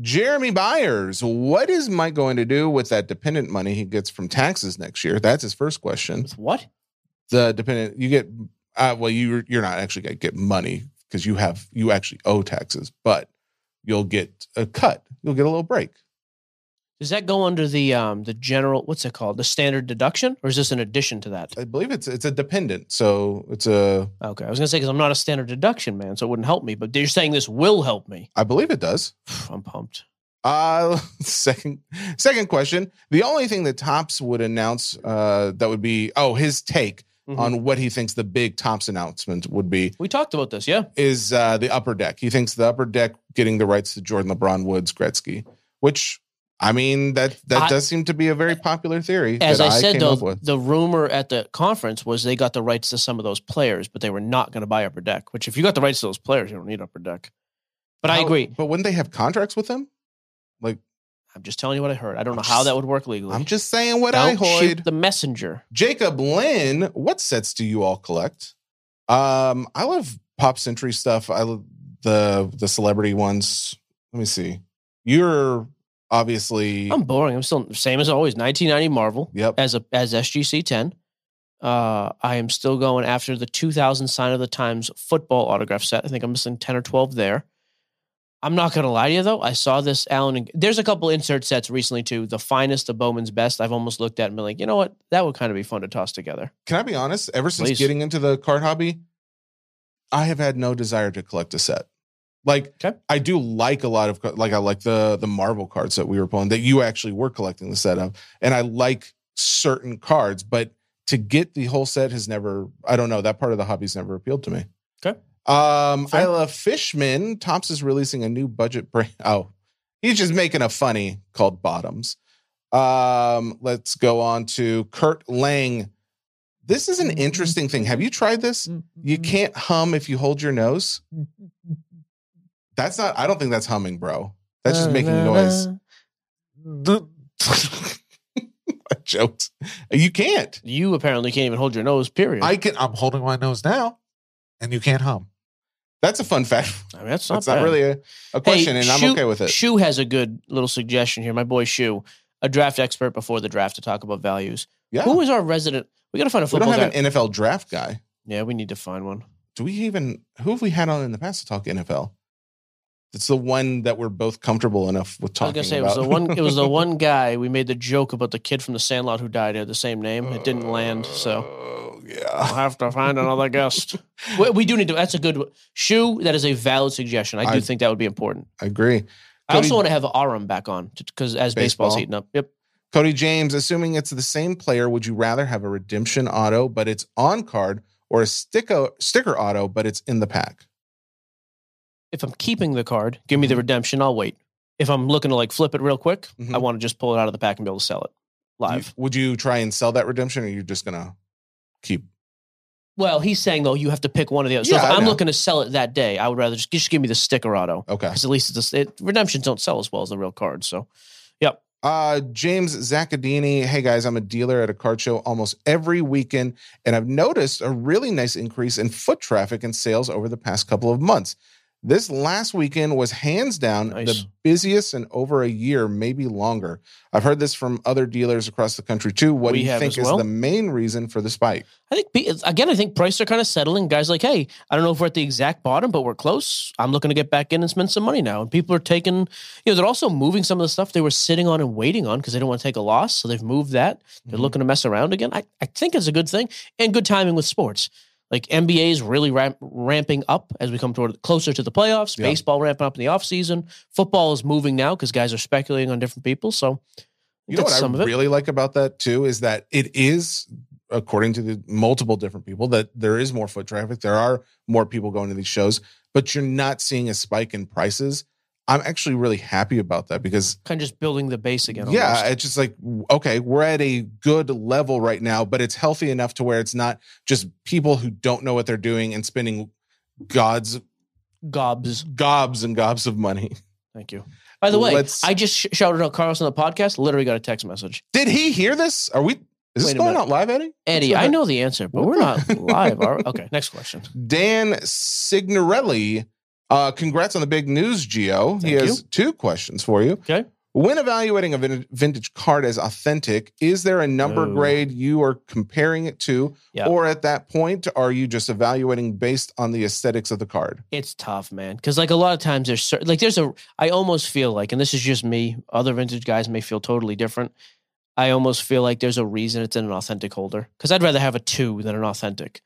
Jeremy Byers, what is Mike going to do with that dependent money he gets from taxes next year? That's his first question. With what? The dependent, you get, uh, well, you you're not actually going to get money because you have you actually owe taxes, but you'll get a cut. You'll get a little break. Does that go under the um the general? What's it called? The standard deduction, or is this an addition to that? I believe it's it's a dependent, so it's a. Okay, I was gonna say because I'm not a standard deduction man, so it wouldn't help me. But you're saying this will help me. I believe it does. I'm pumped. Uh, second, second question. The only thing that Tops would announce, uh, that would be oh his take Mhm. on what he thinks the big Tops announcement would be We talked about this, yeah. is uh, the upper deck. He thinks the upper deck getting the rights to Jordan, LeBron, Woods, Gretzky, which I mean that that I- does seem to be a very popular theory. As that I said, came though, up with. the rumor at the conference was they got the rights to some of those players, but they were not going to buy Upper Deck. Which, if you got the rights to those players, you don't need Upper Deck. But I How- agree. But wouldn't they have contracts with him? I'm just telling you what I heard. I don't I'm know how just- that would work legally. I'm just saying what I don't heard. shoot the messenger. Jacob Lynn, what sets do you all collect? Um, I love pop century stuff. I love the the celebrity ones. Let me see. You're obviously I'm boring. I'm still same as always. 1990 Marvel yep. as a as SGC 10. Uh, I am still going after the 2000 sign of the times football autograph set. I think I'm missing 10 or 12 there. I'm not gonna lie to you though. I saw this Allen. And, there's a couple insert sets recently too. The finest of Bowman's best. I've almost looked at and been like, you know what? That would kind of be fun to toss together. Can I be honest? Ever since Please. getting into the card hobby, I have had no desire to collect a set. Like Okay. I do like a lot of co- like I like the the Marvel cards that we were pulling that you actually were collecting the set of, and I like certain cards, but to get the whole set has never I don't know that part of the hobby's never appealed to me. Okay. Um, Fair. Isla Fishman Tops is releasing a new budget brand. Oh, he's just making a funny called Bottoms. Um, let's go on to Kurt Lang. This is an interesting thing. Have you tried this? You can't hum if you hold your nose. That's not, I don't think that's humming, bro. That's just making noise. I joked. You can't. You apparently can't even hold your nose. Period. I can. I'm holding my nose now, and you can't hum. That's a fun fact. I mean, that's not That's not bad. really a, a Hey, question, and I'm Shu- okay with it. Shu has a good little suggestion here. My boy Shu, a draft expert before the draft to talk about values. yeah. Who is our resident? We got to find a we football don't guy. have an NFL draft guy. yeah, we need to find one. Do we even, who have we had on in the past to talk NFL? It's the one that we're both comfortable enough I was with talking gonna say about. it was the one. It was the one guy we made the joke about the kid from the Sandlot who died. Had the same name. It didn't land. So Oh, I'll yeah. have to find another guest. we, we do need to. That's a good Shu. That is a valid suggestion. I do I- think that would be important. I agree. I also Cody- want to have Aram back on because as baseball's Baseball. heating up. Yep. Cody James, assuming it's the same player, would you rather have a redemption auto, but it's on card, or a sticker sticker auto, but it's in the pack? if I'm keeping the card, give me Mm-hmm. the redemption. I'll wait. If I'm looking to like flip it real quick, Mhm. I want to just pull it out of the pack and be able to sell it live. You- would you try and sell that redemption, or you're just gonna keep? well, he's saying though you have to pick one of the other. So Yeah, I if I'm know. looking to sell it that day, I would rather just, just give me the sticker auto Okay. because at least it's a, it, redemptions don't sell as well as the real cards. So Uh, James Zacadini. Hey guys, I'm a dealer at a card show almost every weekend, and I've noticed a really nice increase in foot traffic and sales over the past couple of months. This last weekend was hands down Nice. the busiest in over a year, maybe longer. I've heard this from other dealers across the country too. What We do you have think as well. is the main reason for the spike? I think pe- again, I think prices are kind of settling. Guys like, hey, I don't know if we're at the exact bottom, but we're close. I'm looking to get back in and spend some money now. And people are taking, you know, they're also moving some of the stuff they were sitting on and waiting on because they don't want to take a loss. So they've moved that. They're Mhm. looking to mess around again. I, I think it's a good thing and good timing with sports. Like NBA is really ramp, ramping up as we come toward closer to the playoffs. Yeah. Baseball ramping up in the offseason. Football is moving now because guys are speculating on different people. So You know that's what some of I it. really like about that too is that it is, according to the multiple different people, that there is more foot traffic. There are more people going to these shows, but you're not seeing a spike in prices. I'm actually really happy about that because Kind of just building the base again. yeah, almost. it's just like okay, we're at a good level right now, but it's healthy enough to where it's not just people who don't know what they're doing and spending gods gobs. gobs and gobs of money. Thank you. By the way, Let's- I just sh- shouted out Carlos on the podcast. Literally got a text message. Did he hear this? Are we is this Wait a going minute. out live, Eddie? Eddie, What's I that? know the answer, but we're not live. Are we? Okay, next question. Dan Signorelli. Uh, congrats on the big news, Geo. he Thank has two questions for you. Okay. When evaluating a vin- vintage card as authentic, is there a number Ooh. grade you are comparing it to? Oh. Yeah. Or at that point, are you just evaluating based on the aesthetics of the card? It's tough, man. Because like a lot of times there's certain like there's a I almost feel like, and this is just me. Other vintage guys may feel totally different. I almost feel like there's a reason it's in an authentic holder because I'd rather have a two than an authentic.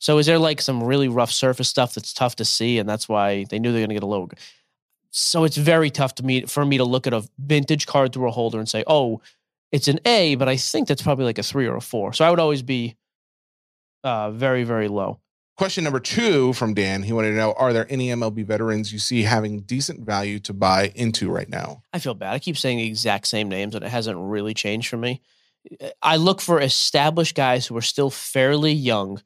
So is there like some really rough surface stuff that's tough to see, and that's why they knew they're going to get a low? So it's very tough to me for me to look at a vintage card through a holder and say, oh, it's an A, but I think that's probably like a three or a four. So I would always be uh, very very low. Question number two from Dan. He wanted to know Are there any MLB veterans you see having decent value to buy into right now? I feel bad. I keep saying the exact same names, and it hasn't really changed for me. I look for established guys who are still fairly young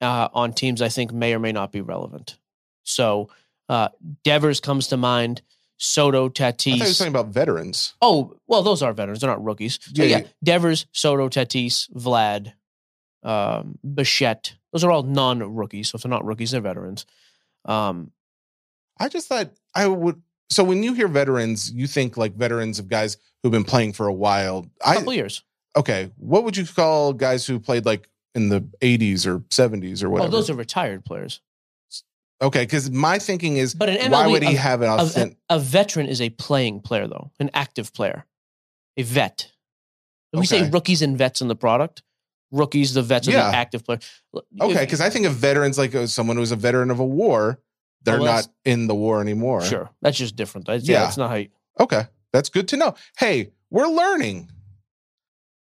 uh, on teams I think may or may not be relevant. So uh, Devers comes to mind. Soto, I thought he was Tatis. talking about veterans. Oh, well, those are veterans. They're not rookies. So Yeah, yeah, yeah. Devers, Soto, Tatis, Vlad, um, Bichette. Those are all non-rookies. So if they're not rookies, they're veterans. Um, I just thought I would. So when you hear veterans, you think like veterans of guys who've been playing for a while. couple I years. okay. What would you call guys who played like in the eighties or seventies or whatever? Oh, those are retired players. okay, because my thinking is, But an MLB, why would he a- have an a, authentic? a veteran is a playing player, though, an active player, a vet. When we Okay. say rookies and vets in the product, rookies, the vets, are Yeah. the active player. Okay, because I think of veterans like uh, someone who's a veteran of a war. They're Oh, well, not in the war anymore. sure, that's just different. That's, yeah, Yeah. that's not how. You, Okay, that's good to know. Hey, we're learning.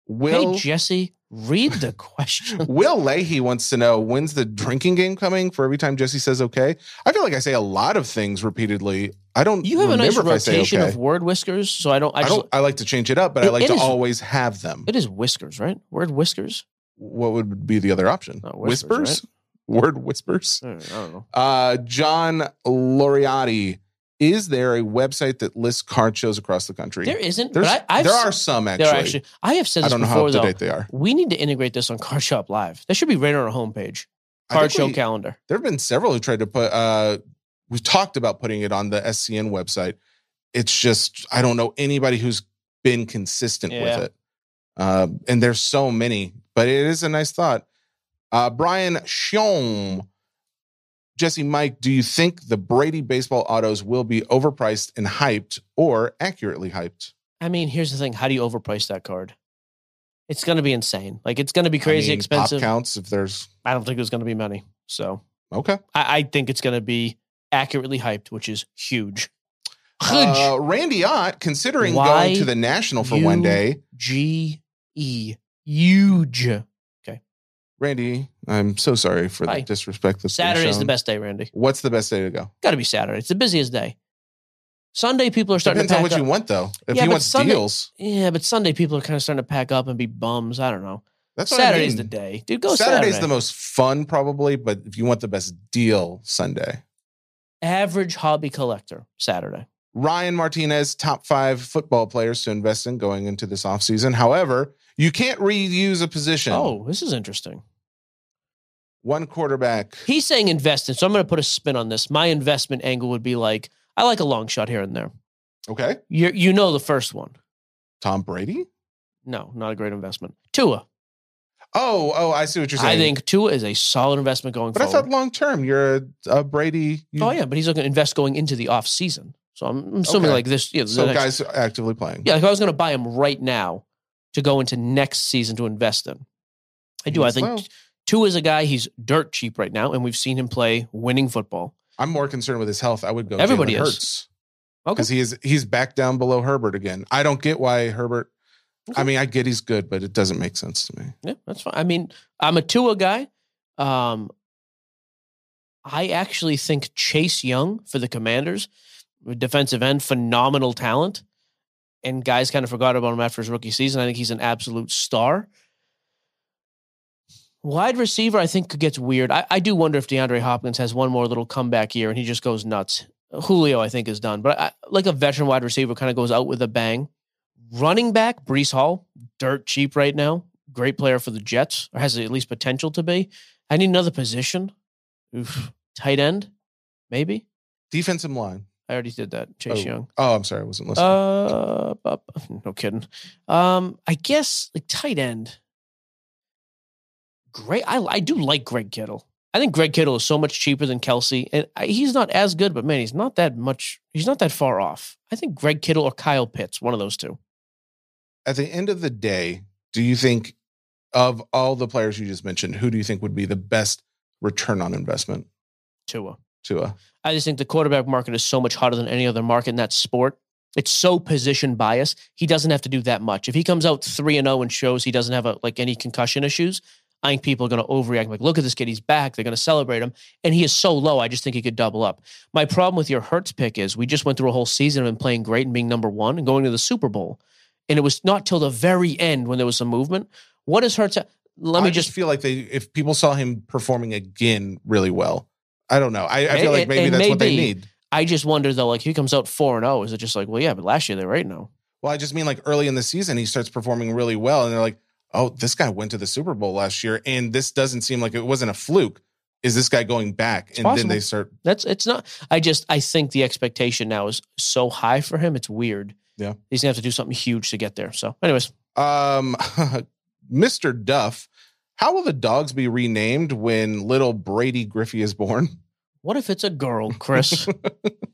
Will hey, Jesse, read the question. Will Leahy wants to know when's the drinking game coming for every time Jesse says okay. I feel like I say a lot of things repeatedly. I don't. You have a nice remember if I rotation say okay. of word whiskers, so I don't. I, I, just, don't. I like to change it up, but I It- like it to is- always have them. It is whiskers, right? Word whiskers. What would be the other option? Not whispers. whispers, Word whispers. I don't I don't know. Uh, John Loriati. Is there a website that lists card shows across the country? There isn't. There's- but I, I've there s- are some actually. there are actually. I have said I this don't know how before, up to though. date they are. We need to integrate this on Card Shop Live. That should be right on our homepage. I think Card Show we- calendar. there have been several who tried to put uh we've talked about putting it on the scn website it's just i don't know anybody who's been consistent Yeah. with it uh, and there's so many but it is a nice thought uh brian Shom. jesse mike do you think the brady baseball autos will be overpriced and hyped or accurately hyped I mean, here's the thing: how do you overprice that card? It's going to be insane. Like it's going to be I crazy mean, expensive. pop counts if there's I don't think there's going to be many. So okay I, I think it's going to be accurately hyped, which is huge. uh, randy ott considering Why going to the national for one you- day G E huge. Randy, I'm so sorry for Hi. the disrespect. That's been Saturday's the shown. best day, Randy. What's the best day to go? Got to be Saturday. It's the busiest day. Sunday people are starting Depends to on pack what up. you want, though. If Yeah, you but want Sunday- deals, Yeah, but Sunday people are kind of starting to pack up and be bums. I don't know. that's what Saturday's I mean. the day, dude. Go Saturday's Saturday. the most fun, probably. But if you want the best deal, Sunday. average hobby collector. Saturday. Ryan Martinez, top five football players to invest in going into this offseason. However, you can't reuse a position. Oh, this is interesting. One quarterback. He's saying invest in, so I'm going to put a spin on this. My investment angle would be like, I like a long shot here and there. Okay. You you know the first one. Tom Brady. No, not a great investment. Tua. Oh, oh, I see what you're saying. I think Tua is a solid investment going But I forward. thought long term, you're a, a Brady. You, oh yeah, but he's looking to invest going into the off season. So I'm, I'm assuming Okay. like this. Yeah, the So next- guys are actively playing. yeah. If I was going to buy him right now to go into next season to invest in, I do. I Yes, think well. Tua is a guy. He's dirt cheap right now, and we've seen him play winning football. I'm more concerned with his health. I would go. Everybody Jalen is. Hurts. Okay. because he is he's back down below Herbert again. I don't get why Herbert. I Okay. mean, I get he's good, but it doesn't make sense to me. Yeah, that's fine. I mean, I'm a Tua guy. Um, I actually think Chase Young for the Commanders defensive end, phenomenal talent. And guys kind of forgot about him after his rookie season. I think he's an absolute star. Wide receiver, I think, gets weird. I, I do wonder if DeAndre Hopkins has one more little comeback year and he just goes nuts. Julio, I think, is done. But I, like a veteran wide receiver kind of goes out with a bang. Running back, Brees Hall, dirt cheap right now. Great player for the Jets, or has at least potential to be. I need another position. Oof. Tight end, maybe. Defensive line. I already did that. Chase Young. Oh, I'm sorry, I wasn't listening. Uh, bu- bu- no kidding. Um, I guess like tight end. Great. I I do like Greg Kittle. I think Greg Kittle is so much cheaper than Kelsey, and I, he's not as good. But man, he's not that much. He's not that far off. I think Greg Kittle or Kyle Pitts, one of those two. At the end of the day, do you think of all the players you just mentioned, who do you think would be the best return on investment Tua. to a I just think the quarterback market is so much hotter than any other market in that sport. It's so position bias. He doesn't have to do that much. If he comes out three and zero and shows he doesn't have a, like any concussion issues, I think people are going to overreact. Like, look at this kid; he's back. They're going to celebrate him, and he is so low. I just think he could double up. My problem with your Hertz pick is we just went through a whole season of him playing great and being number one and going to the Super Bowl, and it was not till the very end when there was some movement. What is Hertz? Let me I just feel like they if people saw him performing again really well. I don't know. I, I And- feel like maybe and that's what they maybe- need. I just wonder though, like he comes out four and zero, is it just like, well, yeah, but last year they were eight and oh." zero. Well, I just mean like early in the season, he starts performing really well, and they're like, "Oh, this guy went to the Super Bowl last year, and this doesn't seem like it wasn't a fluke. Is this guy going back?" and possible. then they start. That's it's not. I just I think the expectation now is so high for him. It's weird. Yeah. he's gonna have to do something huge to get there. So, anyways, Um, Mr. Duff, how will the dogs be renamed when little Brady Griffey is born? what if it's a girl, Chris?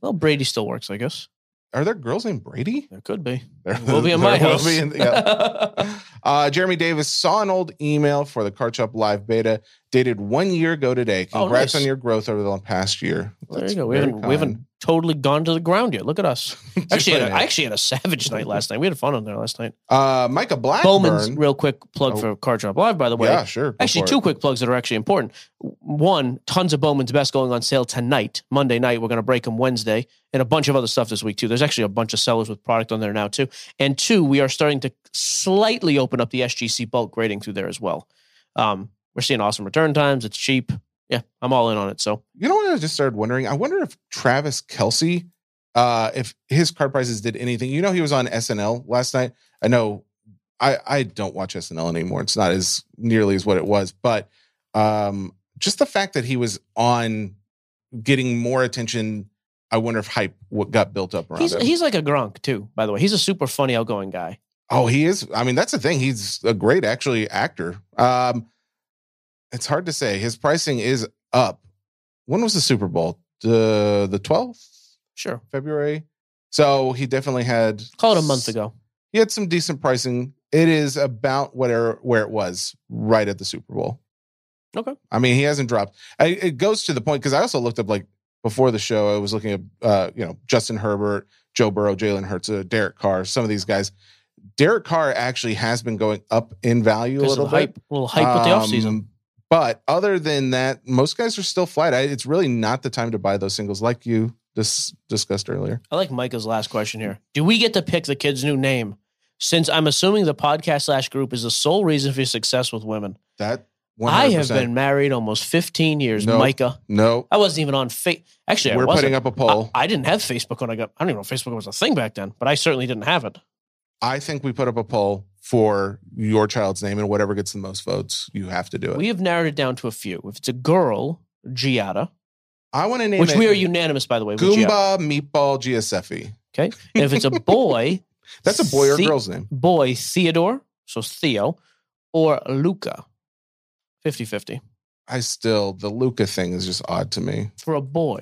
well, Brady still works, I guess. Are there girls named Brady? There could be. There Will be in there my will house. be in- yeah. Uh, Jeremy Davis saw an old email for the Car Chop Live beta dated one year ago today. Oh, Congrats nice. on your growth over the past year. Well, there That's you go. We very haven't we haven't kind. totally gone to the ground yet. Look at us. Actually, I, Different. I actually had a savage night last night. We had fun on there last night. uh, Micah Blackburn. Bowman's real quick plug Oh. for Car Drop Live, by the way. yeah, sure. go Actually, for two it. quick plugs that are actually important. W- One, tons of Bowman's Best going on sale tonight, Monday night. We're going to break them Wednesday, and a bunch of other stuff this week too. There's actually a bunch of sellers with product on there now too. And two, we are starting to slightly open up the SGC bulk grading through there as well. Um, we're seeing awesome return times. It's cheap. Yeah, I'm all in on it. So You know what? I just started wondering. I wonder if Travis Kelsey, uh, if his card prices did anything. You know, he was on SNL last night. I know. I I don't watch SNL anymore. It's not as nearly as what it was, but um, just the fact that he was on getting more attention. I wonder if hype what got built up around he's him. he's like a Gronk too. By the way, he's a super funny, outgoing guy. Oh, he is. I mean, that's the thing. He's a great actually actor. Um, it's hard to say. His pricing is up. When was the Super Bowl? The the twelfth Sure, February. So he definitely had call it a month ago. He had some decent pricing. It is about where where it was right at the Super Bowl. Okay. I mean, he hasn't dropped. I, it goes to the point because I also looked up like before the show. I was looking at uh, you know Justin Herbert, Joe Burrow, Jalen Hurts, uh, Derek Carr, some of these guys. Derek Carr actually has been going up in value a Because of little the bit. hype, a little hype with the Um, offseason. But other than that, most guys are still flat. I, it's really not the time to buy those singles, like you dis- discussed earlier. I like Micah's last question here. Do we get to pick the kid's new name? Since I'm assuming the podcast slash group is the sole reason for your success with women. That I have been married almost 15 years, No. Micah. no. I wasn't even on Facebook. Actually, I We're wasn't. putting up a poll. I, I didn't have Facebook when I got. I don't even know if Facebook was a thing back then, but I certainly didn't have it. I think we put up a poll for your child's name, and whatever gets the most votes, you have to do it. We have narrowed it down to a few. If it's a girl, Giada, I want to name which it we are unanimous by the way. with Giada. Goomba Meatball Giuseppe. Okay, and if it's a boy, That's a boy or The- girl's name. boy Theodore, so Theo, or Luca, 50-50. I still the Luca thing is just odd to me. for a boy.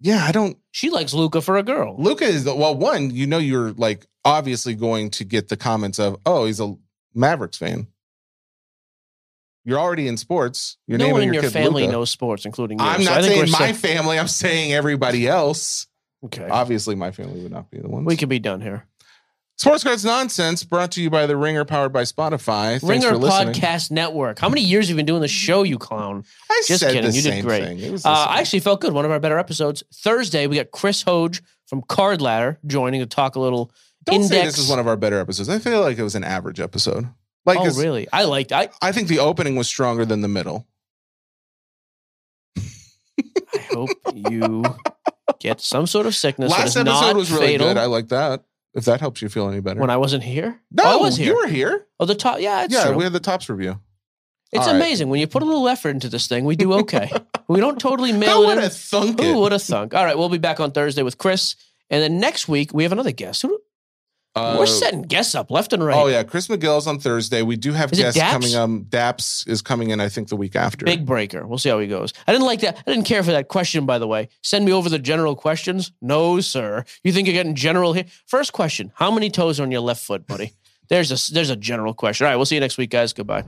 Yeah, I don't. She likes Luca for a girl. Luca is the, well. One, you know, you're like obviously going to get the comments of, "Oh, he's a Mavericks fan." You're already in sports. You're no naming one in your, your, kid family Luka. knows sports, including you. I'm so not I think saying we're my set- family. I'm saying everybody else. okay, Obviously, my family would not be the ones. we could be done here. Sports Cards Nonsense brought to you by The Ringer, powered by Spotify. Thanks Ringer for listening. Podcast Network. How many years have you been doing the show, you clown? I Just said kidding, the you did same great. thing. It was the Uh, same. I actually felt good. One of our better episodes. Thursday, we got Chris Hoge from Card Ladder joining to talk a little Don't say index- this is one of our better episodes. I feel like it was an average episode. Like oh, it's- really? I liked. I, I think the opening was stronger than the middle. I hope you get some sort of sickness. that is Last episode not was really fatal good. I like that. If that helps you feel any better. when I wasn't here, no, Oh, I was here. you were here. oh, the top. Yeah, it's yeah, true. we had the tops review. it's all right. amazing when you put a little effort into this thing. We do okay. we don't totally Who mail would it. in. have thunk Who it? would have thunk? All right, we'll be back on Thursday with Chris, and then next week we have another guest. Who- Uh, We're setting guests up left and right. Oh yeah, Chris McGill's on Thursday. We do have Is it guests Daps? coming. Um, Daps is coming in. I think the week after. Big breaker. We'll see how he goes. I didn't like that. I didn't care for that question, by the way. Send me over the general questions. No, sir. You think you're getting general here? First question: How many toes are on your left foot, buddy? There's a there's a general question. All right, we'll see you next week, guys. Goodbye.